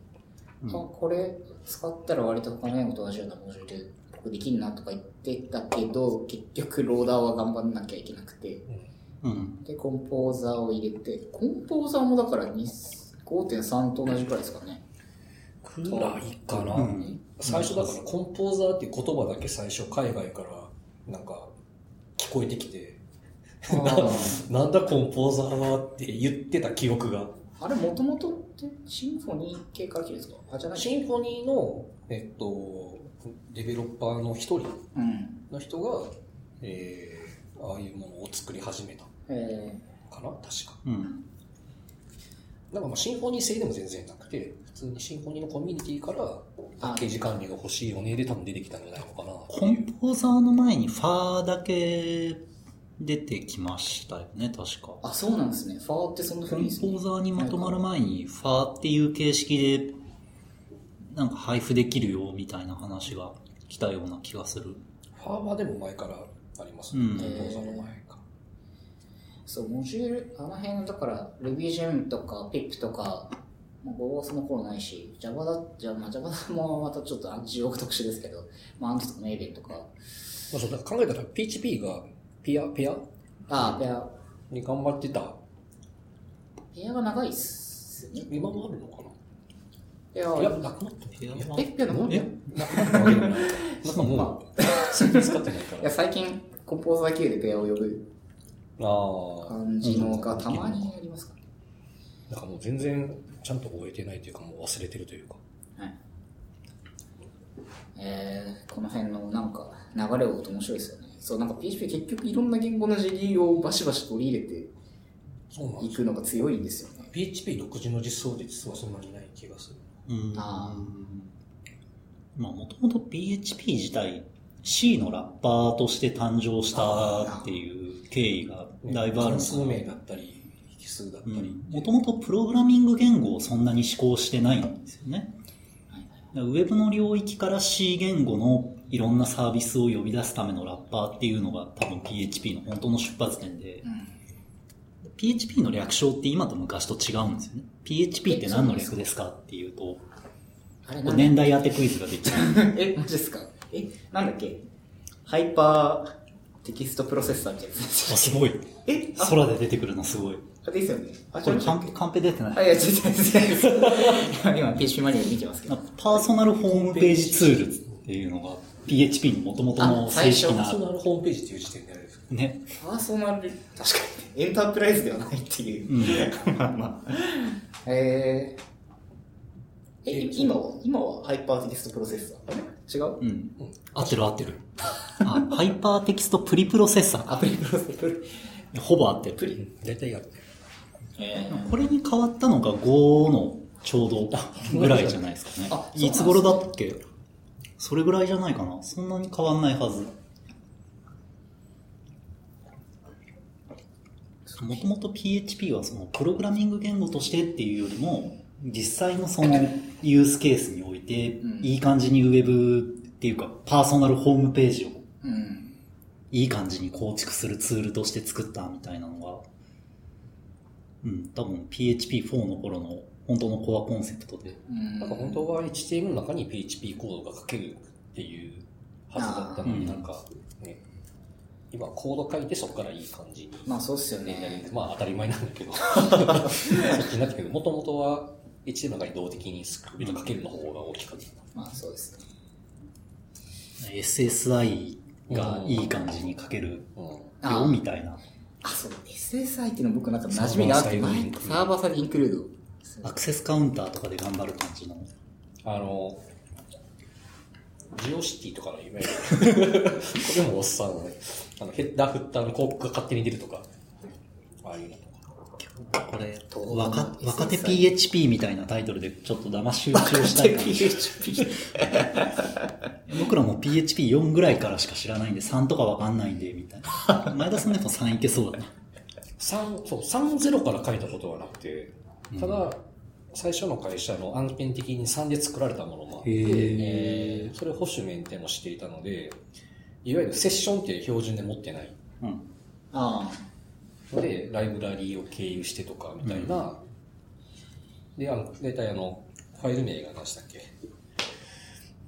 あ、これ使ったら割と他の言語と同じような文章で僕できるなとか言ってたけど、結局ローダーは頑張んなきゃいけなくて、
うん。
で、コンポーザーを入れて、コンポーザーもだからに5.3と同じくらいですかね。
くらいかな。
うん
最初だからコンポーザーっていう言葉だけ最初海外からなんか聞こえてきて、なんだコンポーザーはって言ってた記憶が。
あれ、もともとってシンフォニー系から来てるんですかあ、じゃない
シンフォニーの、えっと、デベロッパーの一人
うん。
の人が、えー、ああいうものを作り始めた
え
かな確か。
うん。
だからまあシンフォニー制でも全然なくて、普通にシンフォニーのコミュニティからパッケージ管理が欲しいよねで多分出てきたんじゃないのかな。
コンポーザーの前にファーだけ出てきましたよね、確か。
ー、あ、そうなんですね。ファーってそんな
コ
風
ン
に
ポ
ですね
ーザーにまとまる前に、ファーっていう形式で、なんか配布できるよ、みたいな話が来たような気がする。
ファーはでも前からありますね。
うん
コンポーザーの前か。
そう、モジュール、あの辺、だから、RubyGem とか PIP とか、まあ、Go はその頃ないし、Java だ、じゃあまあ Java もまたちょっと暗示用特殊ですけど、まあ、アントとかメイベンとか、
まあ、そうだから考えたら PHP がペア、ペア
あ、ペア、
に頑張ってた。
ペアが長いっすよね。
今もあるのか
ペア
な
はい
や、なくなったね。
ペアは
え、ペアのもん
え
なくなったわけでもない。なんかもう、最近使ってないか
い
ら。
や、
あ
最近、コンポーザー系でペアを呼ぶ
あ。
感じのがたまにありますかね。
なんかもう全然ちゃんと終えてないというか、もう忘れてるというか。
はい。えー、この辺のなんか流れを追うと面白いですよね。そう、なんか PHP 結局いろんな言語の GD をバシバシ取り入れて
そうなんで
い
す。
くのが強いんですよね。
PHP 独自の実装で実はそんなにない気がする。
うん。
あ
まあ、もともと PHP 自体、C のラッパーとして誕生したっていう経緯がだいぶあ
関
るの
数
かな
名だったり、引数だったり。
もともとプログラミング言語をそんなに思考してないんですよね。だからウェブの領域から C 言語のいろんなサービスを呼び出すためのラッパーっていうのが多分 PHP の本当の出発点で、PHP の略称って今と昔と違うんですよね。PHP って何の略ですかっていうと、
あれ
こ
な
う
だ
ん年代当てクイズができる。
え、マジですかえ、なんだっけハイパーテキストプロセッサーみたいなやつ。
あすごい。
えあ、
空で出てくるのすごい。
あれですよね。あ、
これ
ちょ
カ
っと
ンカンペ出てない
あ、。いや、ちょっと待って今 PHP マニアで見てますけど。
パーソナルホームページツールっていうのが PHP の元々の正式
あ
パ
な
ーソナルホームページっていう時点であれですけ
ね。
パーソナル、確かに、エンタープライズではないっていう。まあまあ。えー、え、今は今はハイパーテキストプロセッサー。あれ違う
うん。合ってる合ってる。あ、ハイパーテキストプリプロセッサー
ア
か。
プリプロセッサー。
ほぼ合ってる。
ど。大体やってる。
えー、
これに変わったのが5のちょうどぐらいじゃないですかね
あ。
いつ頃だっけそれぐらいじゃないかな。そんなに変わんないはず。もともと PHP はそのプログラミング言語としてっていうよりも、実際のそ のユースケースにおいて、いい感じにウェブっていうか、パーソナルホームページを
うん。
いい感じに構築するツールとして作ったみたいなのが、うん、多分 PHP4 の頃の本当のコアコンセプトで。
うん
なんか本当は HTML の中に PHP コードが書けるっていうはずだったの
あー
になんかね、今コード書いてそこからいい感じに
まあそうっすよ
レンダリン
ね
グ。まあ当たり前なんだ けど、そっちになってくるもともとは HTML に動的にスクリプトかけるの方が大きかった。
まあそうですね。
SSI がいい感じに書ける
うん。
あ
よみたいな。
あ、そう、SSI っていうの僕なんか馴染みがあって、
サーバーサイドインクルード
サーバーサイドインクルード。
アクセスカウンターとかで頑張る感じの。
あの、ジオシティとかの夢これもおっさんのね、あのヘッダー振ったあの広告が勝手に出るとか、ああいうのとか。
これ、
と
若
SSI
若手 PHP みたいなタイトルでちょっと騙し討ちをしたいな。
PHP。
僕らも PHP4 ぐらいからしか知らないんで、3とかわかんないんで、みたいな。前田さんでも3いけそうだな。
3そう30から書いたことはなくて、ただ、最初の会社の案件的に3で作られたものもあって、
へ
それ保守メンテもしていたので、いわゆるセッションっていう標準で持ってない
うん。
あ
ので、ライブラリーを経由してとかみたいな、で、あの、大体あの、ファイル名が何でしたっけ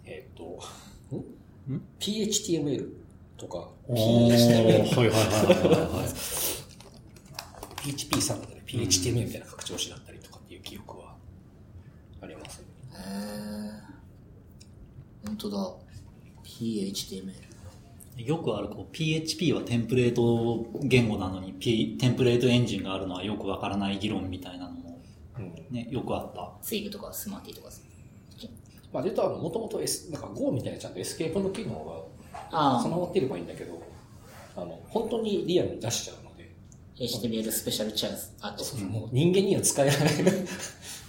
えっ、と、ん
ん
?PHTML とか、
はいはいはいはい。
PHP さんだったり、PHTML みたいな拡張子だったりとかっていう記憶はありますね。
あ。へえ。本当だ。PHTML。
よくあるこう PHP はテンプレート言語なのに、P、テンプレートエンジンがあるのはよくわからない議論みたいなのも、
うん。
ね、よくあった。
ツイグとかスマーティとかですね。
まあ、実はもともと S、なんか Go みたいなちゃんとエスケープの機能が
あ
備
あ。
わっていればいいんだけど、あの、本当にリアルに出しちゃうので、
HTML スペシャルチャンス。あと、
そうそうもう人間には使えない。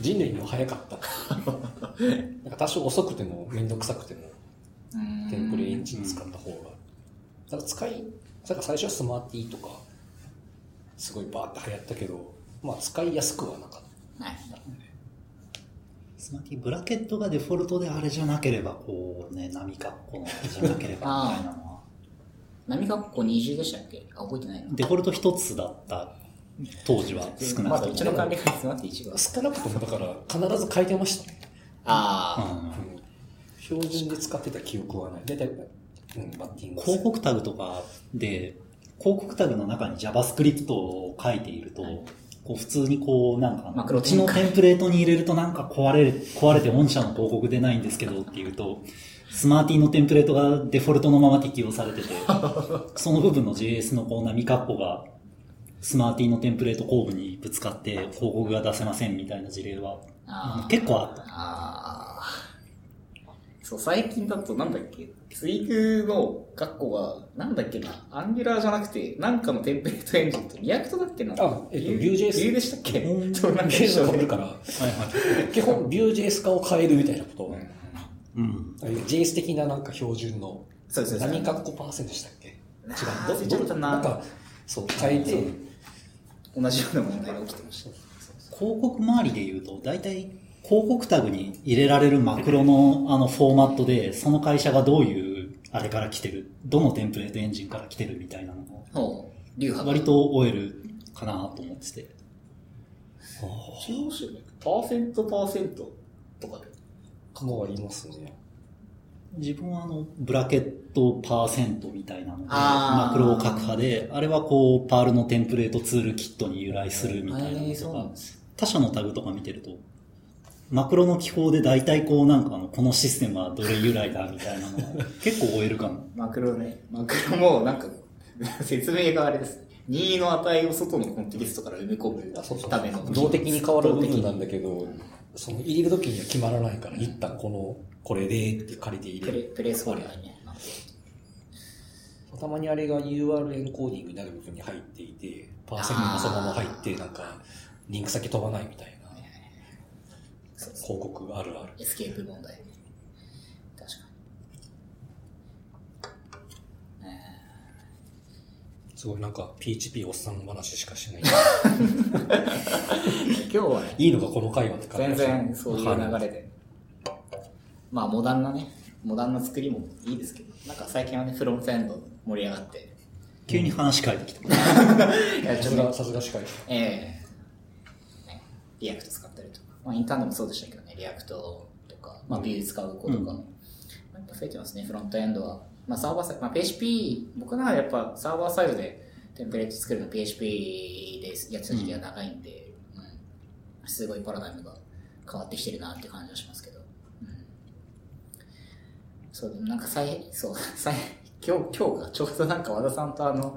人類には早かった。なんか多少遅くてもめんどくさくても、
うーん
テンプレエンジン使った方が。だから使い、なんか最初はスマーティーとか、すごいバーって流行ったけど、まあ使いやすくはなかった。
はい。
つまりブラケットがデフォルトであれじゃなければ、こうね、波格好のあれじゃなければみたいなのは。
波がここ20でしたっけあ、覚えてないな。
デフォルト一つだった当時は少
ま
な
あ、
く
ど
と
っ
も。
ちの管理が詰まって一番。
少なくともだから必ず変えてましたね。
ああ。
うん
標準で使ってた記憶はない。大体、うん、バッティング
広告タグとかで、広告タグの中に JavaScript を書いていると、こう普通にこうなんか、
マクロ
こっちのテンプレートに入れるとなんか壊れる、壊れて御社の広告出ないんですけどっていうと、スマーティのテンプレートがデフォルトのまま適用されて て、その部分の JS のこう波括弧が、スマーティのテンプレート後部にぶつかって広告が出せませんみたいな事例は
あー
結構あった。
あーそう、最近だとなんだっけ、ツイグの学校は、なんだっけな、アンギュラーじゃなくて、なんかのテンプレートエンジンとリアクトだっけな。
あえっと
Vue-
Vue.js
Vue でしたっけ
うん
そう、なんか
ケー
一
ス
緒
が
で
るから、基本 Vue.js 化を変えるみたいなことを、
うん。
JS 的ななんか標準の、
そうですそうで
何
す
かっこパーセントでしたっけ違
あー
う。
忘れちゃったな
なんか、そう、変えて、
同じような問題が起きてました。
広告周りで言うと、大体広告タグに入れられるマクロのあのフォーマットで、その会社がどういうあれから来てる、どのテンプレートエンジンから来てるみたいなのを、
ほう、流派。
割と終えるかなと思ってて。
中央集約、パーセントパーセントとかで。
もうありますね。
自分はあの、ブラケットパーセントみたいなので、
あー
マクロを書く派で、あれはこう、パールのテンプレートツールキットに由来するみたいな
え
の
ーそ
と
うなん
か
で、す。
他社のタグとか見てると、マクロの記法で大体こうなんかあの、このシステムはどれ由来だみたいな のを結構終えるかも。
マクロね。マクロも、なんか、説明があれです。任意の値を外のコンテキストから埋め込むための。
動的に変わる部分なんだけど、その入れる時には決まらないから、一旦この、これでって借りて入
プ
れ
レ
る。
プレイスホールダーにね。
たまにあれが URL エンコーディングになる部分に入っていて、パーセントがそのまま入って、なんか、リンク先飛ばないみたいな、
そうそう
広告あるある。
エスケープ問題。確か
すごいなんか PHP おっさん話しかしない。
に。今日はね、
いいのかこの会話って
全
じです
然そういう流れで。まあ、モダンなね、モダンな作りもいいですけど、なんか最近はね、フロントエンド盛り上がって。
急に話変えてきた。
いや
さ
ちょっ
す
と
が、さすが司会者。
ええねリアクト使ったりとか、まあ、インターンでもそうでしたけどね、リアクトとか、まあ、ビュー使う子とか、
うん
まあやっぱ増えてますね、フロントエンドは。まあ、サーバーサイド、まあ、PHP、僕ならやっぱサーバーサイドでテンプレート作るの PHP でやってた時期が長いんで、うんすごいパラダイムが変わってきてるなって感じはしますけど。うんそう、でもなんか最、そう、 最、今日、今日がちょうどなんか和田さんとあの、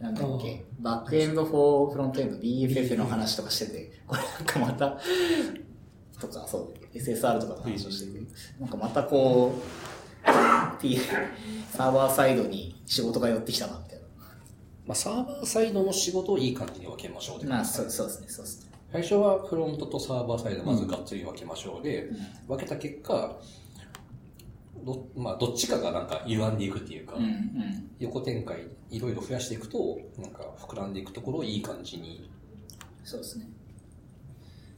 なんだっけ、バックエンド・フォー・フロントエンド BFF の話とかしてて、これなんかまた、とか、そう、SSR とかの話をしてて、なんかまたこう、P、サーバーサイドに仕事が寄ってきたな、みたい
まあ、サーバーサイドの仕事をいい感じに分けましょうって
な。まあ、そうそうですね、そうですね。
最初はフロントとサーバーサイドまずがっつり分けましょうで、分けた結果ど,、まあ、どっちかがなんか歪んでいくっていうか、
うん、うん。
横展開いろいろ増やしていくとなんか膨らんでいくところをいい感じに
そうですね。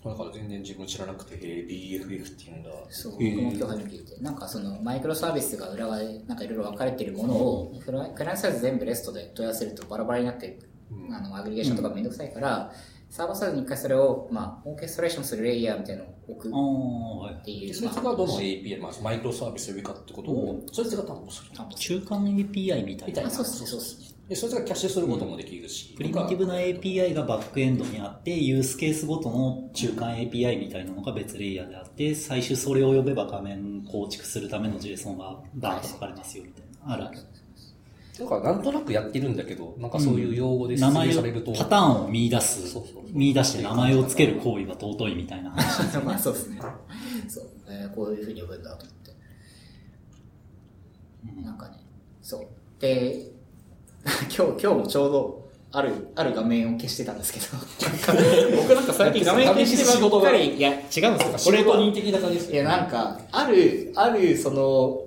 だから全然自分知らなくてえー BFF っていうんだ
そう、
え
僕
ー
も今日初めて聞いて、なんかそのマイクロサービスが裏側でなんかいろいろ分かれてるものを、クライクライアントサイズ全部レストで問い合わせるとバラバラになって、
うん
あの、アグリゲーションとかめんどくさいから、サーバーサイドに一回それを、まあ、オーケストレーションするレイヤーみたいなのを置く
ああ、はい。
ってい
で
う。
そいつが
まあ
どの API、まあ、マイクロサービスよりかってことを、そいつが担保する
担保する
中間 API みたい
みたい
な
あ。そうですね、そうですね。
でそいつがキャッシュすることもできるし、
プリミティブな API がバックエンドにあって、ユースケースごとの中間 API みたいなのが別レイヤーであって、最終それを呼べば画面構築するための JSON がバーッと書かれますよみたいな。あるある。
だからなんとなくやってるんだけどなんかそういう用語で
名
説明
前
さ
を
れると、、
パターンを見出す
そうそうそう、
見出して名前をつける行為は尊いみたいな話。
まあそうですね。そう、えーこういうふうに呼ぶんだと思って。なんかね、そう。で、 今日、今日もちょうど、ある、ある画面を消してたんですけど、なんか僕なんか最近画面消してばっ かり、いや、違うんですよ。これ
と人的な感じです
いや、なんか、ある、ある、その、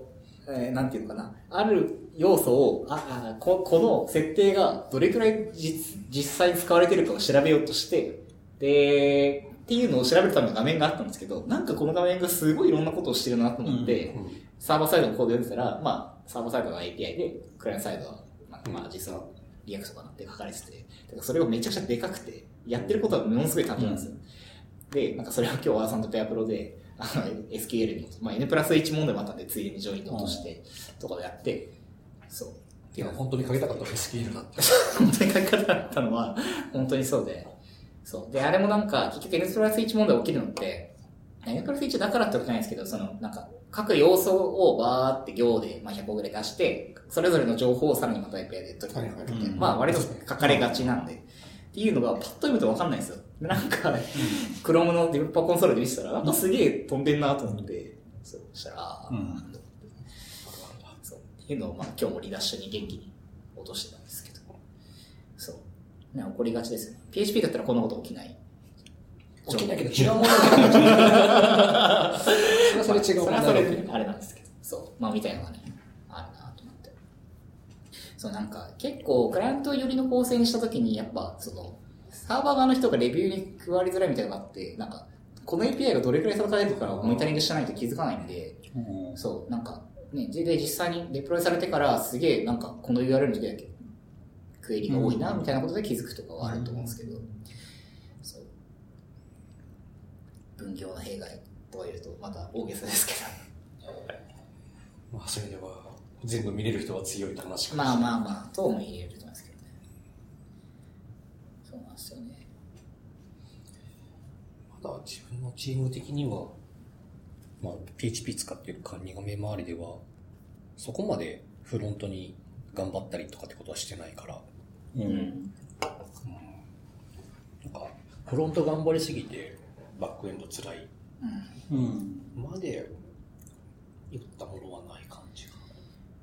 えーなんていうのかな、ある要素を、ああここの設定がどれくらい実実際に使われてるかを調べようとして、で、っていうのを調べるための画面があったんですけど、なんかこの画面がすごいいろんなことをしてるなと思って、
うん
サーバーサイドのコード読んでたら、まあ、サーバーサイドの API で、クライアントサイドは、まあ、まあ実はリアクトかなって書かれてて、だからそれがめちゃくちゃでかくて、やってることはものすごい簡単なんですよ。で、なんかそれを今日、和田さんとペアプロで、あの SQL に、まあ、N プラス1問でもあったんで、ついでにジョインで落として、とかでやって、そう。って
い
い
や
うのが
本当にかけたかったフェスキールだって
本当に書き方だったのは、本当にそうで。そう。で、あれもなんか、結局 N プラス1問題起きるのって、N プラス1だからってことじゃないですけど、その、なんか、各要素をバーって行で、まあ、100個ぐらい出して、それぞれの情報をさらにまた API で取り込むみたいな。
はいはい
まあ、割と書かれがちなんで。っていうのが、パッと読むとわかんないんですよ。でなんか、Chrome のディベロッパーコンソールで見てたら、なんかすげえ飛んでんなと思って、そうしたら、あー
うん
と思ってそう。っていうのを、まあ、今日もリダッシュに元気に落としてたんですけど。そう。ね、起こりがちですよね。PHP だったらこんなこと起きない。
起きないけど違うものが出てくるそれはそれ違うもの
それは
だろ
それ
うけど
であれなんですけど。そう。まあ、みたいなのがね、あるなと思って。そう、なんか、結構、クライアント寄りの構成にしたときに、やっぱ、その、サーバー側の人がレビューに加わりづらいみたいなのがあって、なんか、この API がどれくらい叩かれてるかをモニタリングしてないと気づかないんで、
うん
そう、なんか、ね、で、で実際にデプロイされてから、すげえ、なんか、この URL の時だけ、クエリが多いな、みたいなことで気づくとかはあると思うんですけど、そう。分業の弊害とは言うと、また大げさですけ
まあそれでは全部見れる人は強いって話
ど。
か
まあまあまあ、とも言えると思いますけどね。そうなんですよね。
まだ自分のチーム的には、まあ、PHP 使ってる管理画面周りでは、そこまでフロントに頑張ったりとかってことはしてないから、
うん。
なんか、フロント頑張りすぎて、バックエンド辛い
うん。
うん。
まで言ったものはない感じが。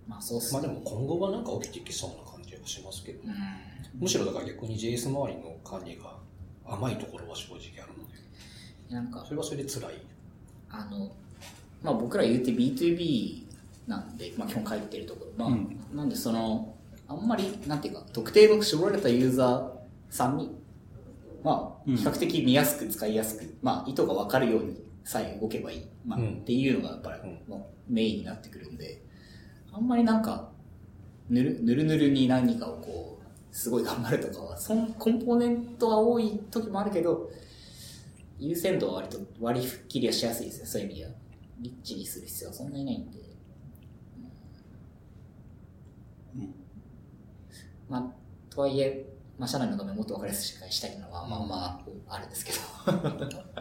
まあ、そうっす
まあ
ね。
でも今後はなんか起きてきそうな感じはしますけど、
うん。
むしろだから逆に JS 周りの管理が甘いところは正直あるので、
なんか
そ、れはそれで辛い。
あの、まあ、僕ら言うて B2B なんで、まあ、基本書いてるところ、まあ
うん
なんでそのあんまりなんていうか特定の絞られたユーザーさんに、まあ、
うん
比較的見やすく使いやすく、まあ、意図が分かるようにさえ動けばいい、まあ
うん
っていうのがやっぱり、
う
もうメインになってくるんであんまりなんかぬるぬるぬるに何かをこうすごい頑張るとかはそのコンポーネントは多い時もあるけど優先度は割と割り切りはしやすいですね、そういう意味では。リッチにする必要はそんなにないんで。まあ、とはいえ、まあ、社内の画面もっと分かりやすくしたいのは、まあまあ、あるんですけど。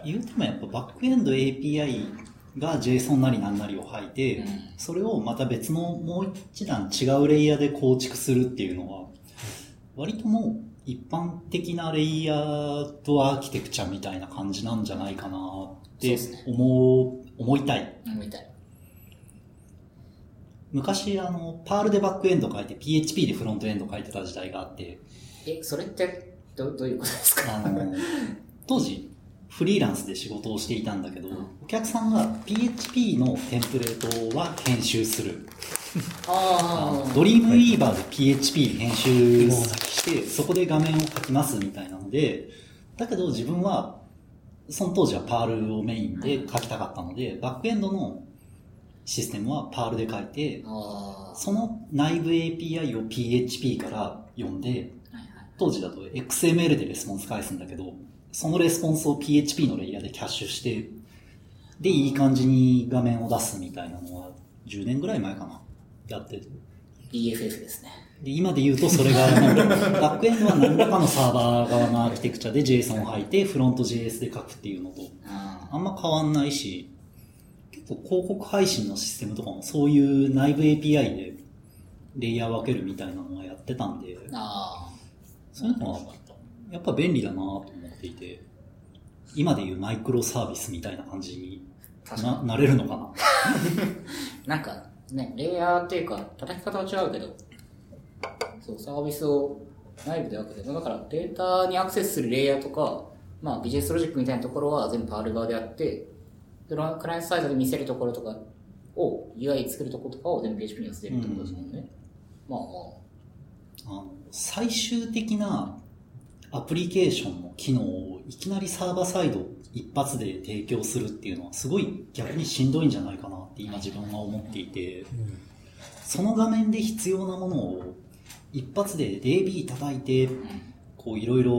言うてもやっぱバックエンド API が JSON なりなんなりを吐いて、
うん
それをまた別のもう一段違うレイヤーで構築するっていうのは、割ともう一般的なレイヤーとアーキテクチャみたいな感じなんじゃないかなって
そうですね
思う、思いたい。
思いたい。
昔あの、パールでバックエンド書いて PHP でフロントエンド書いてた時代があって、
え、それって、ど、どういうことですか
あの、当時、フリーランスで仕事をしていたんだけど、
うん
お客さんが PHP のテンプレートは編集する。
あ
ドリームウィーバーで PHP 編集して、そこで画面を書きますみたいなので、だけど自分は、その当時はパールをメインで書きたかったので、バックエンドのシステムはパールで書いて、
ああ
その内部 API を PHP から読んで、
あ。はいはい。
当時だと XML でレスポンス返すんだけど、そのレスポンスを PHP のレイヤーでキャッシュして、で、いい感じに画面を出すみたいなのは、10年ぐらい前かな。やってて。
BFF ですね。
で今で言うとそれが、なんかバックエンドは何らかのサーバー側のアーキテクチャで JSON を吐いて、フロント JS で書くっていうのと、
あ
あんま変わんないし、結構広告配信のシステムとかもそういう内部 API でレイヤー分けるみたいなのはやってたんで、
あ
そういうのはやっぱ便利だなと思っていて、今でいうマイクロサービスみたいな感じに
ー。確
な
か
なれるのかな。
に。なんか、ね、レイヤーっていうか、叩き方は違うけど、そう、サービスを内部で分けて、だからデータにアクセスするレイヤーとか、まあ、ビジネスロジックみたいなところは全部 R 側であって、そのクライアントサイトで見せるところとかを、UI 作るところとかを全部 PHP に寄せてるってことですもんね。まあまあ。
あの最終的なアプリケーションの機能をいきなりサーバーサイド一発で提供するっていうのはすごい逆にしんどいんじゃないかなって今自分は思っていてその画面で必要なものを一発で DB 叩いてこういろいろ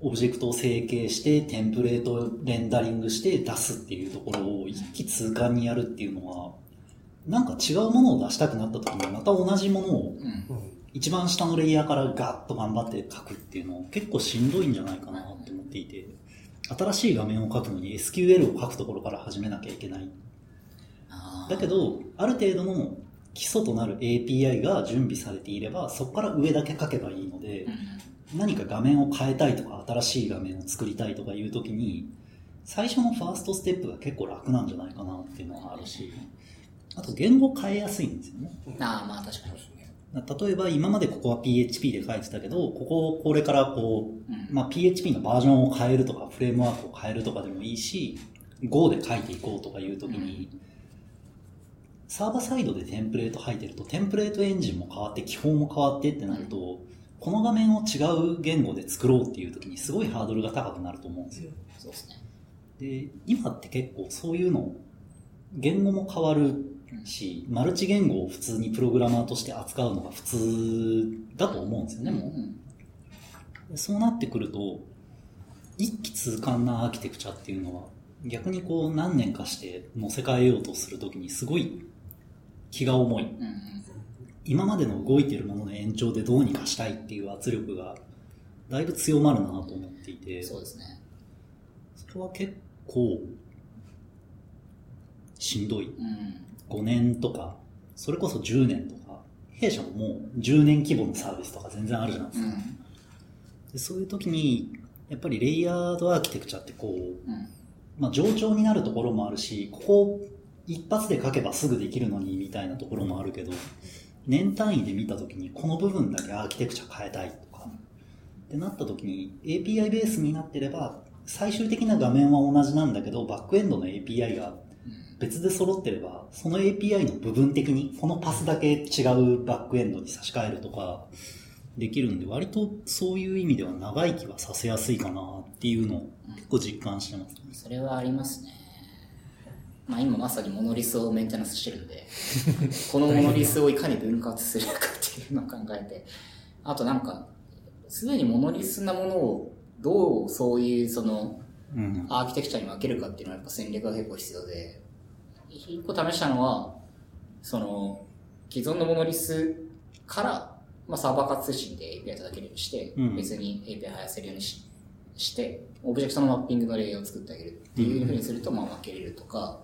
オブジェクトを整形してテンプレートをレンダリングして出すっていうところを一気通貫にやるっていうのはなんか違うものを出したくなった時にまた同じものを
うん。う
う
ん
ん
一番下のレイヤーからガッと頑張って書くっていうの結構しんどいんじゃないかなって思っていて新しい画面を書くのに SQL を書くところから始めなきゃいけない
あー
だけどある程度の基礎となる API が準備されていればそこから上だけ書けばいいので
う
何か画面を変えたいとか新しい画面を作りたいとかいう時に最初のファーストステップが結構楽なんじゃないかなっていうのがあるしあと言語変えやすいんですよね
うん
んああ、まあ確かに。
例えば今までここは PHP で書いてたけど、ここをこれからこう、
うん
まあ、PHP のバージョンを変えるとか、フレームワークを変えるとかでもいいし、Go で書いていこうとかいうときに、サーバーサイドでテンプレート入ってると、テンプレートエンジンも変わって、基本も変わってってなると、この画面を違う言語で作ろうっていうときに、すごいハードルが高くなると思うんですよ。
そうですね。
で、今って結構そういうの、言語も変わるし、マルチ言語を普通にプログラマーとして扱うのが普通だと思うんですよね、も
うん
う。そうなってくると、一気通貫なアーキテクチャっていうのは、逆にこう何年かして乗せ替えようとするときにすごい気が重い。
うんうん
今までの動いてるものの延長でどうにかしたいっていう圧力が、だいぶ強まるなと思っていて。
そうですね。
それは結構、しんどい。
うん。
5年とか、それこそ10年とか、弊社ももう10年規模のサービスとか全然あるじゃないで
う
すか。
ん。
でそういう時に、やっぱりレイヤードアーキテクチャってこう、
うん。
まあ上長になるところもあるし、ここ一発で書けばすぐできるのにみたいなところもあるけど、年単位で見た時にこの部分だけアーキテクチャ変えたいとか、ってなった時に API ベースになってれば、最終的な画面は同じなんだけど、バックエンドの API が
うん
別で揃ってれば、その API の部分的に、このパスだけ違うバックエンドに差し替えるとか、できるんで、割とそういう意味では長生きはさせやすいかなっていうのを結構実感してます、ね。
それはありますね。まあ今まさにモノリスをメンテナンスしてるんで、このモノリスをいかに分割するかっていうのを考えて、あとなんか、すでにモノリスなものをどうそういうその
うん。
アーキテクチャに分けるかっていうのはやっぱ戦略が結構必要で、一個試したのは、その、既存のモノリスからまあ、サーバー化通信で API 叩けるようにして、
うん
別に API 生やせるようにしして、オブジェクトのマッピングのレイヤーを作ってあげるっていうふうにすると、まあ、分けれるとか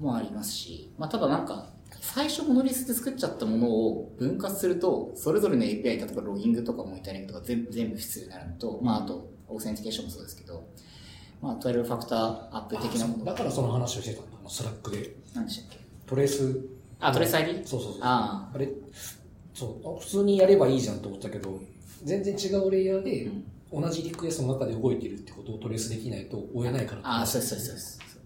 もありますし、まあ、ただなんか、最初モノリスで作っちゃったものを分割すると、それぞれの API、例えばロギングとかモニタリングとか全部全部必要になるのと、まあ、あと、オーセンティケーションもそうですけど、まあ、12ファクターアップ的なもの
だからその話をしてたんだあのスラックで
何でしたっけ
トレース
あ、トレース ID?
そうそうそう
あ
あれそうあ普通にやればいいじゃんと思ったけど全然違うレイヤー
う
で
ん
同じリクエストの中で動いてるってことをトレースできないと追えないから
あ、そうです、そうです、そうです。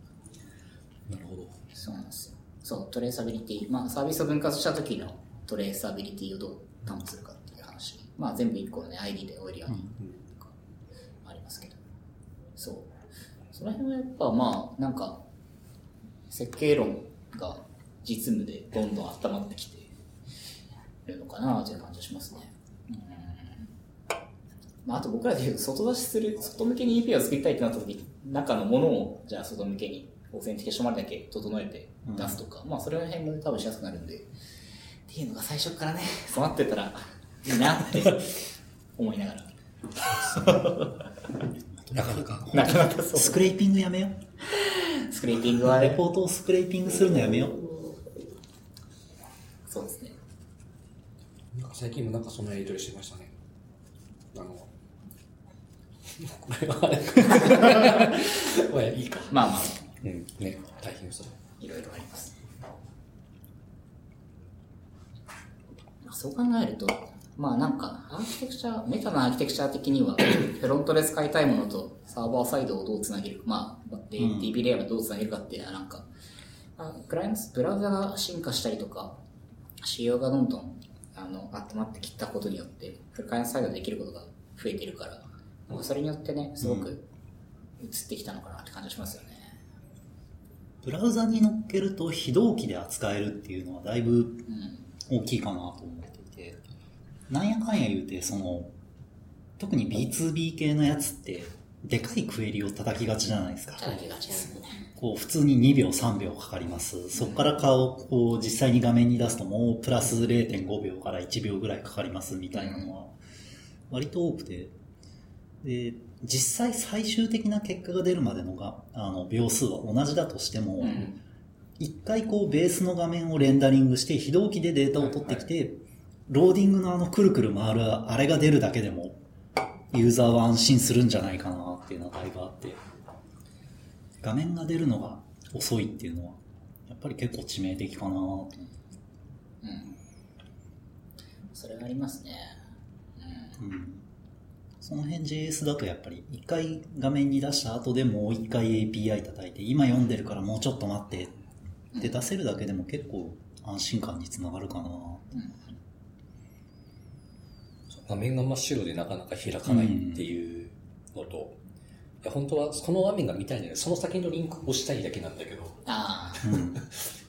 なるほど
そうなんですよ。そう、トレーサビリティ。まあ、サービスを分割した時のトレーサビリティをどう担保するかっていう話。まあ、全部一個のね、ID で追えるようにとかありますけど。そう。その辺はやっぱまあ、なんか、設計論が実務でどんどん温まってきてるのかなという感じがしますね。うんまあ、あと僕らで言うと外出しする、外向けに API を作りたいってなった時中のものを、じゃあ外向けに、オーセンティケーションまでだけ整えて出すとか、まあそれの辺も多分しやすくなるんで、っていうのが最初からね、 備わってたらいい なって思いながら。
なかなか
なかなかそ
スクレーピングやめよ
う。スクレーピングは
う。レ
ね、
ポートをスクレーピングするのやめよう。
そうですね。
なんか最近もなんかそのやり取りしてましたねあ のこれはあれかまあいいか
まあまあ、
うんね大変そう
いろいろあります。まあそう考えると、まあなんか、アーキテクチャ、メタなアーキテクチャ的には、 フロントで使いたいものとサーバーサイドをどうつなげるか、まあ、で
うん
DB レイヤーをどうつなげるかっていうのはなんか、あクライアント、ブラウザが進化したりとか、仕様がどんどん、あの、集まってきたことによって、クライアントサイドでできることが増えてるから、なんかそれによってね、すご
う
く移ってきたのかなって感じがしますよね。
ブラウザに乗っけると非同期で扱えるっていうのはだいぶ
うん。
大きいかなと思っていて、なんやかんや言うて、その、特に B2B 系のやつって、でかいクエリを叩きがちじゃないですか。
叩きがちですね。
こう普通に2秒3秒かかります。そこから顔をこう実際に画面に出すともうプラス0.5秒から1秒ぐらいかかりますみたいなのは割と多くて。で、実際最終的な結果が出るまでのが、あの秒数は同じだとしても、
うん。
一回こうベースの画面をレンダリングして非同期でデータを取ってきて、ローディングのあのくるくる回るあれが出るだけでもユーザーは安心するんじゃないかなっていうのがだいぶあって画面が出るのが遅いっていうのはやっぱり結構致命的かなと思って
うん。それはありますね。うん。
うんその辺 JS だとやっぱり一回画面に出した後でもう一回 API 叩いて今読んでるからもうちょっと待ってって出せるだけでも結構安心感につながるかな
画面が真っ白でなかなか開かないっていうのと、いや本当はこの画面が見たいんだけどその先のリンクを押したいだけなんだけど
ああ、
うん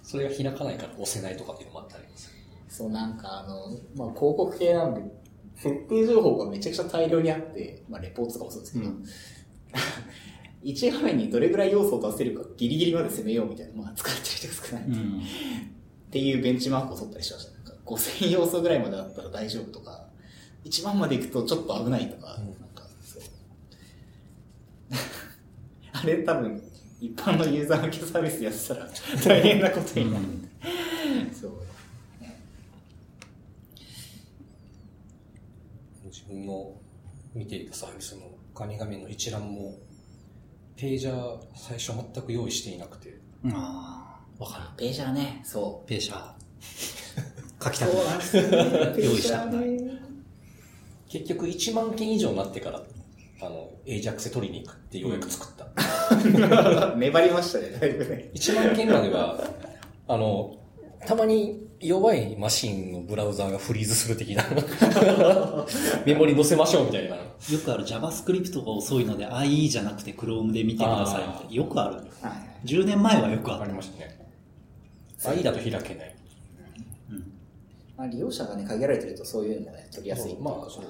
それが開かないから押せないとかっていうのもあったりでする
そうなんかあの、まあ、広告系なんで、設定情報がめちゃくちゃ大量にあって、まあ、レポートとかもそうですけど、
うん
一画面にどれぐらい要素を出せるかギリギリまで攻めようみたいな、まあ、使ってる人が少ない。
う
っ
ん
ていうベンチマークを取ったりしました。なんか5000要素ぐらいまでだったら大丈夫とか、1万まで行くとちょっと危ないとか、
うん
なんかそう。 あれ多分、一般のユーザー向けサービスやってたら大変なことになる。そう。
自分の見ていたサービスのガミガミの一覧もページャー最初全く用意していなくて
うんあ
わか
ページャーね、そ
ーペーシャー書き
う。
たくない
なんですよね。
用意したくない
ページャーね
結局1万件以上になってからあの AJAX で取りに行くってようやく作った、
粘りましたね、だいぶね。
1万件までは、あの、たまに弱いマシンのブラウザーがフリーズする的な、メモリ載せましょうみたいな。
よくある JavaScript が遅いので IE じゃなくて Chrome で見てくださいみたい
あ
な
ー
よくある
はいはい
10年前はよく
あ
あっ
り
た、
ましたね。IE だと開けない。
うん
まあ、利用者がね、限られてるとそういうのがね、取りやすいっていうか
まあ、そう。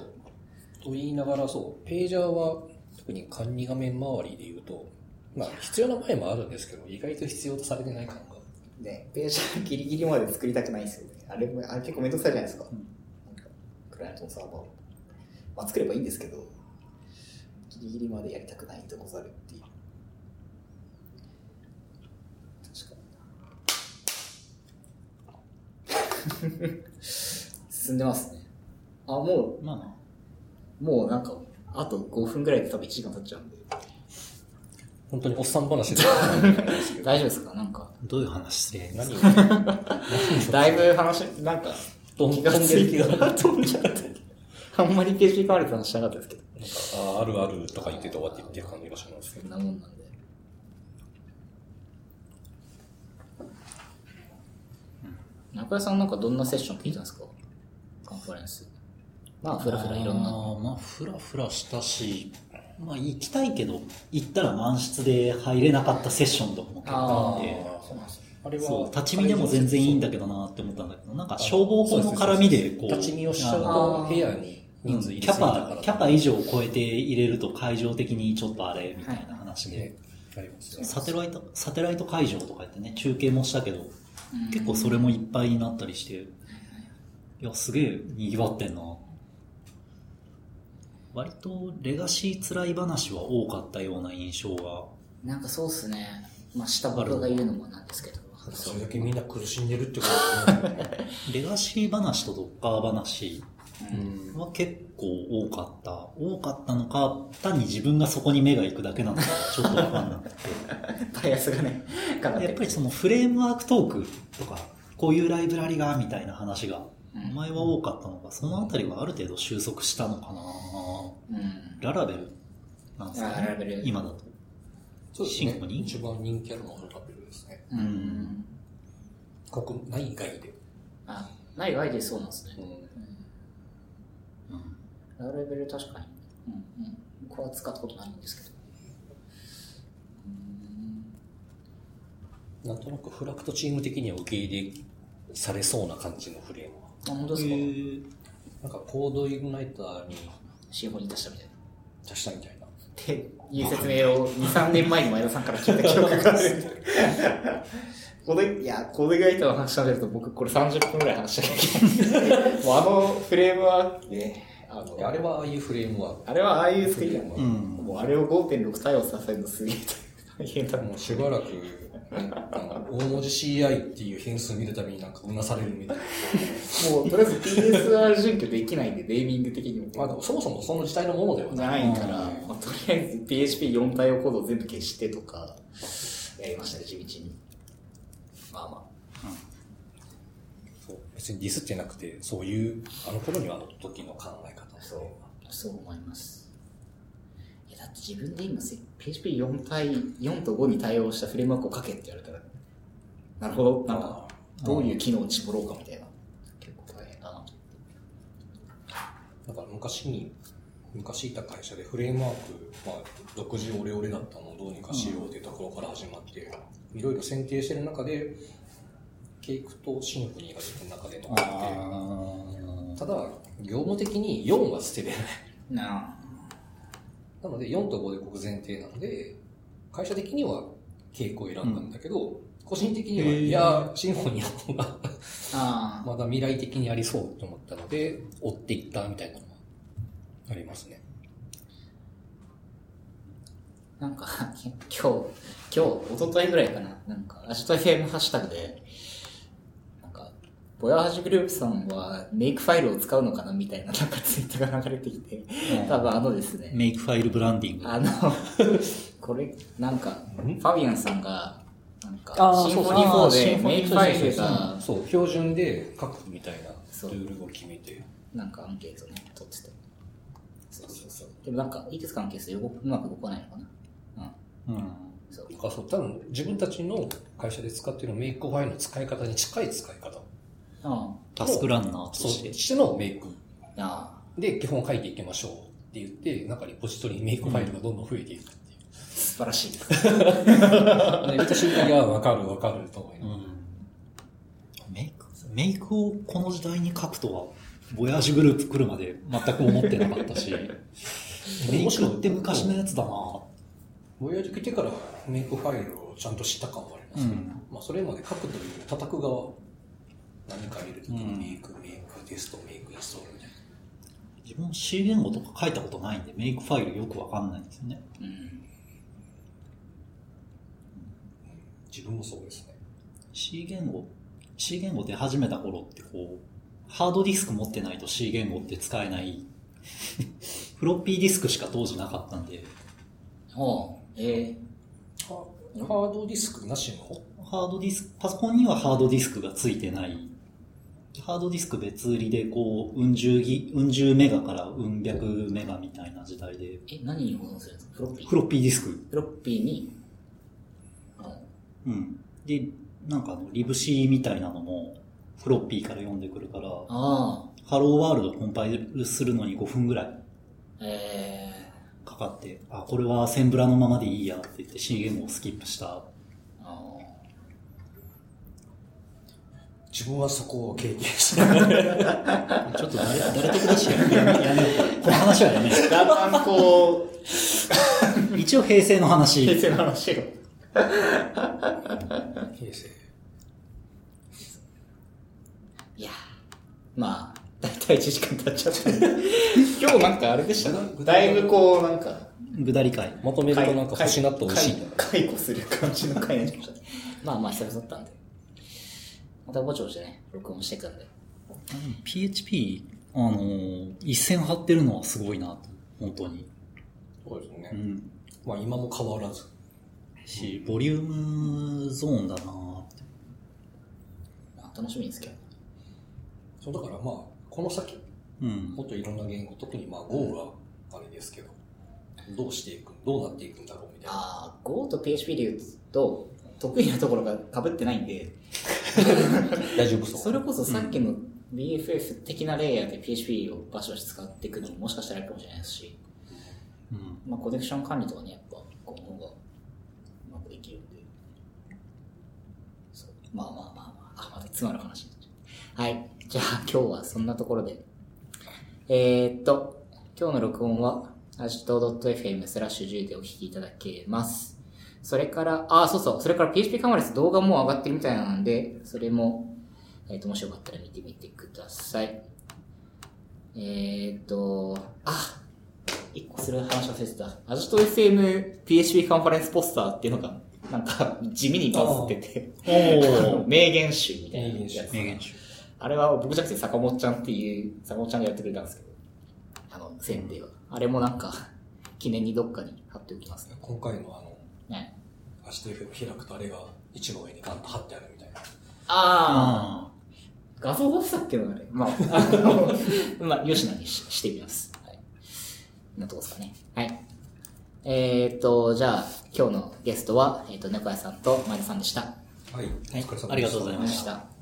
と言いながら、そう、ページャーは、特に管理画面周りで言うと、まあ、必要な場合もあるんですけど、意外と必要とされてない感が。
ね、ページャーギリギリまで作りたくないんですよね。あれも、あれ結構めんどくさいじゃないですか。
うん
なんかクライアントのサーバーを。まあ、作ればいいんですけど、ギリギリまでやりたくないとこざるっていう。確かにな。進んでますね。あ、も
まあま
う、もうなんか、あと5分ぐらいで多分1時間経っちゃうんで。
本当におっさん話で
大丈夫ですかなんか
あ。、どういう話すりゃいいんです
何
か
を何を
だいぶ話、なんか、
飛んでる気がなんか
飛んじゃって。あんまりページ変わる話しなかったですけど。
ああるあるとか言ってて終わっていってる感じがしますけ
そんなもんなんで。中谷さんなんかどんなセッション聞いたんですかカンファレンス。まあ、ふらふらいろん
あ
な。
ーまあ、ふらふらしたし、まあ、行きたいけど、行ったら満室で入れなかったセッションとかも結構あって。
あーそうなんですね
あれ
そう、立ち見でも全然いいんだけどなって思ったんだけど、なんか消防法の絡みで、こう、
立ち見をしちゃう
あ
と部屋に人数
の
入
キ
れす
ャ
ぎたか
パ
ら、
キャパ以上を超えて入れると会場的にちょっとあれ、みたいな話で、
ねありますね
サテライト、サテライト会場とかやってね、中継もしたけど、
うん
結構それもいっぱいになったりして、いや、すげえ賑わってんな。割とレガシー辛い話は多かったような印象が、
なんかそうっすね。まあ、下僕が言うのもなんですけど。
それだけみんな苦しんでるってことですね
レガシー話とドッカー話
うん
は結構多かった。多かったのか、単に自分がそこに目が行くだけなのか、ちょっとわかんなくて。
バイアスがね、かかって
やっぱりそのフレームワークトークとか、こういうライブラリが、みたいな話が、
うん
前は多かったのが、そのあたりはある程度収束したのかな
うん。
ララベルなんですか
あララベ
ね
ル。
今だと。
そうですね
シン。プルに
一番人気あるのはラベルですね。
うん。
国内外で。
あ、ない外でそうなんですね。
うん
うん
ララベル確かに、うんうん、僕は使ったことないんですけどうーん
なんとなくフラクトチーム的には受け入れされそうな感じのフレームは。
あ本当です
へ
か、
ー
なんかコードイグナイターに
シンフォニー出したみたいな
出したみたいな。
っていう説明を23年前に前田さんから聞いた記憶があるこの いやこれがいたの話しゃべると僕これ30分ぐらい話しなきゃいけないもうあのフレームはねあ
いやあ
の
れはああいうフレームは、
あれはああいう作りだもん、
うん
もうあれを5.6対応させるのすげえ大変だもん
もうしばらく、なんか大文字 CI っていう変数見るたびになんかうなされるみたいな。
もうとりあえず PSR 準拠できないんでネーミング的にも
まあでもそもそもその時代のものではない。
ないから、まあとりあえず PHP4 対応コードを全部消してとか、やりましたね、地道に。まあま
そう別にディスってなくて、そういう、あの頃にはあの時の考え方
あ、そう、そう思います。いや、だって自分で今せ、PHP4 対、4と5に対応したフレームワークを書けって言われたら、なるほど、なんか、どういう機能を絞ろうかみたいな。結構大変だなと。
だから昔に、昔いた会社でフレームワーク、まあ、独自オレオレだったのをどうにかしようというところから始まって、いろいろ選定してる中で、ケイクとシンフォニーが自分の中で残って、
あ
ただ、業務的に4は捨てれない。
な
なので、4と5で国前提なので、会社的には傾向を選んだんだけど、個人的には、
へー
いや、シンフォニーの方が
ああ
まだ未来的にありそうと思ったので、追っていったみたいなのはありますね。
なんか、今日、今日、一昨日ぐらいかな、なんか、アジト FM ハッシュタグで、なんか、ボヤージュグループさんはメイクファイルを使うのかなみたいな、なんかツイートが流れてきて、多分あのですね、
メイクファイルブランディング。
あの、 これ、なんか、ファビアンさんが、なんか、
あー
シンフォ
そう
ニ
そう
ー
あーシンフォ
4で
ニー
メイクファイルが、
そう、標準で書くみたいな
そう
ルールを決めて。
なんかアンケートね、取ってて。そうそうそう。でもなんか、いくつかアンケートでよくうまく動かないのかな
うん
うん。そう。
あそう多分自分たちの会社で使ってるメイクファイルの使い方に近い使い方
あ
タスクランナーと
そ
し。
しててのメイク
あ。ああ。
で基本書いていきましょうって言ってなんかリポジトリにメイクファイルがどんどん増えていくっていう、
素晴らしい。
で私いや分かる分かると思いな
う
がら
んメイク、メイクをこの時代に書くとは、ボヤージュグループ来るまで全く思ってなかっ たし、メイクって昔のやつだな
ボヤージ来てからメイクファイルをちゃんと知った感はありますけど、
うん
まあ、それまで書くという叩く側何か入れるときにメイク、メイクテストメイクインストールみたいな
自分 C 言語とか書いたことないんで、メイクファイルよくわかんないんですよね。
うん。
自分もそうですね。
C 言語、C 言語出始めた頃ってこう、ハードディスク持ってないと C 言語って使えない。 フロッピーディスクしか当時なかったんで、
ほう。ええ
ハハードディスクなしの
ハードディスク、パソコンにはハードディスクがついてない。ハードディスク別売りでこう、うん十ぎ、うん十メガからうん百メガみたいな時代で、
え、何に保存するんですかフロッピー。
フロッピーディスク。
フロッピーに、あ
うん。で、なんかあの、リブシーみたいなのも、フロッピーから読んでくるから、
あ
ハローワールドコンパイルするのに5分ぐらい
ー、え
かかって、あ、これはセンブラのままでいいやって言って C 言語をスキップした。
ー、あー
自分はそこを経験して ない。
ちょっと誰、誰得だし、やめようやめようこの話はやめよ
だんだんこう、
う一応平成の話。
平成の話が。
平成。
いやーまあ、だいたい1時間経っちゃったんで。 今日なんかあれでしたね。だいぶこう、なんか、
ぐだり会。
まとめるとなんか星納豆美味しいんだな。
解雇する感じの回になっちゃった。まあまあ、久々だったんで。またぼちぼちね、録音していくんで。
PHP、あのー一線張ってるのはすごいなと、本当に。
そうですね
う。ん。
まあ今も変わらず。
し、ボリュームゾーンだなって。
まあ、楽しみですけど。
そうだからまあ、この先、
うん
も。っといろんな言語、特にまあ Go があれですけど、どうしていく、どうなっていくんだろうみたいな。
あー、Go と PHP で言うと、得意なところが被ってないんで、
大丈夫そう。
それこそさっきの BFF 的なレイヤーで PHP をバシバシ使っていくのももしかしたらあるかもしれないですし、
うん。
まあ、コネクション管理とかね、やっぱ、この方がうまくできるんで。そうまあまあまあまあ、あ、また妻の話になっちゃうはい。じゃあ今日はそんなところで。えー、っと、今日の録音は、アジト .fm スラッシュ10でお聞きいただけます。それから、あ、そうそう、それから PHP カマレス動画も上がってるみたいなんで、それも、えーっと、もしよかったら見てみてください。えー、っと、あ、一個する話忘れてた。アジト FM PHP カンファレンスポスターっていうのが、なんか、地味にバズってて、
お
名言集みたいな
名言集
やつ
名言集。
あれは僕じゃなくて坂本ちゃんっていう、坂本ちゃんがやってくれたんですけど、あの、宣伝は。あれもなんか、記念にどっかに貼っておきますね。
今回のあの、
ね。
明日 f を開くとあれが一番上にガンと貼ってあるみたいな。
ああ、
あ
画像出したっけな、あれ。まあ、あの、 まあ、よしなにししてみます。はい。なとこですかね。はい。えーっと、じゃあ、今日のゲストは、えーっと、猫屋さんと前田さんでした。
はい、お疲れ様でした
ありがとうございました
した。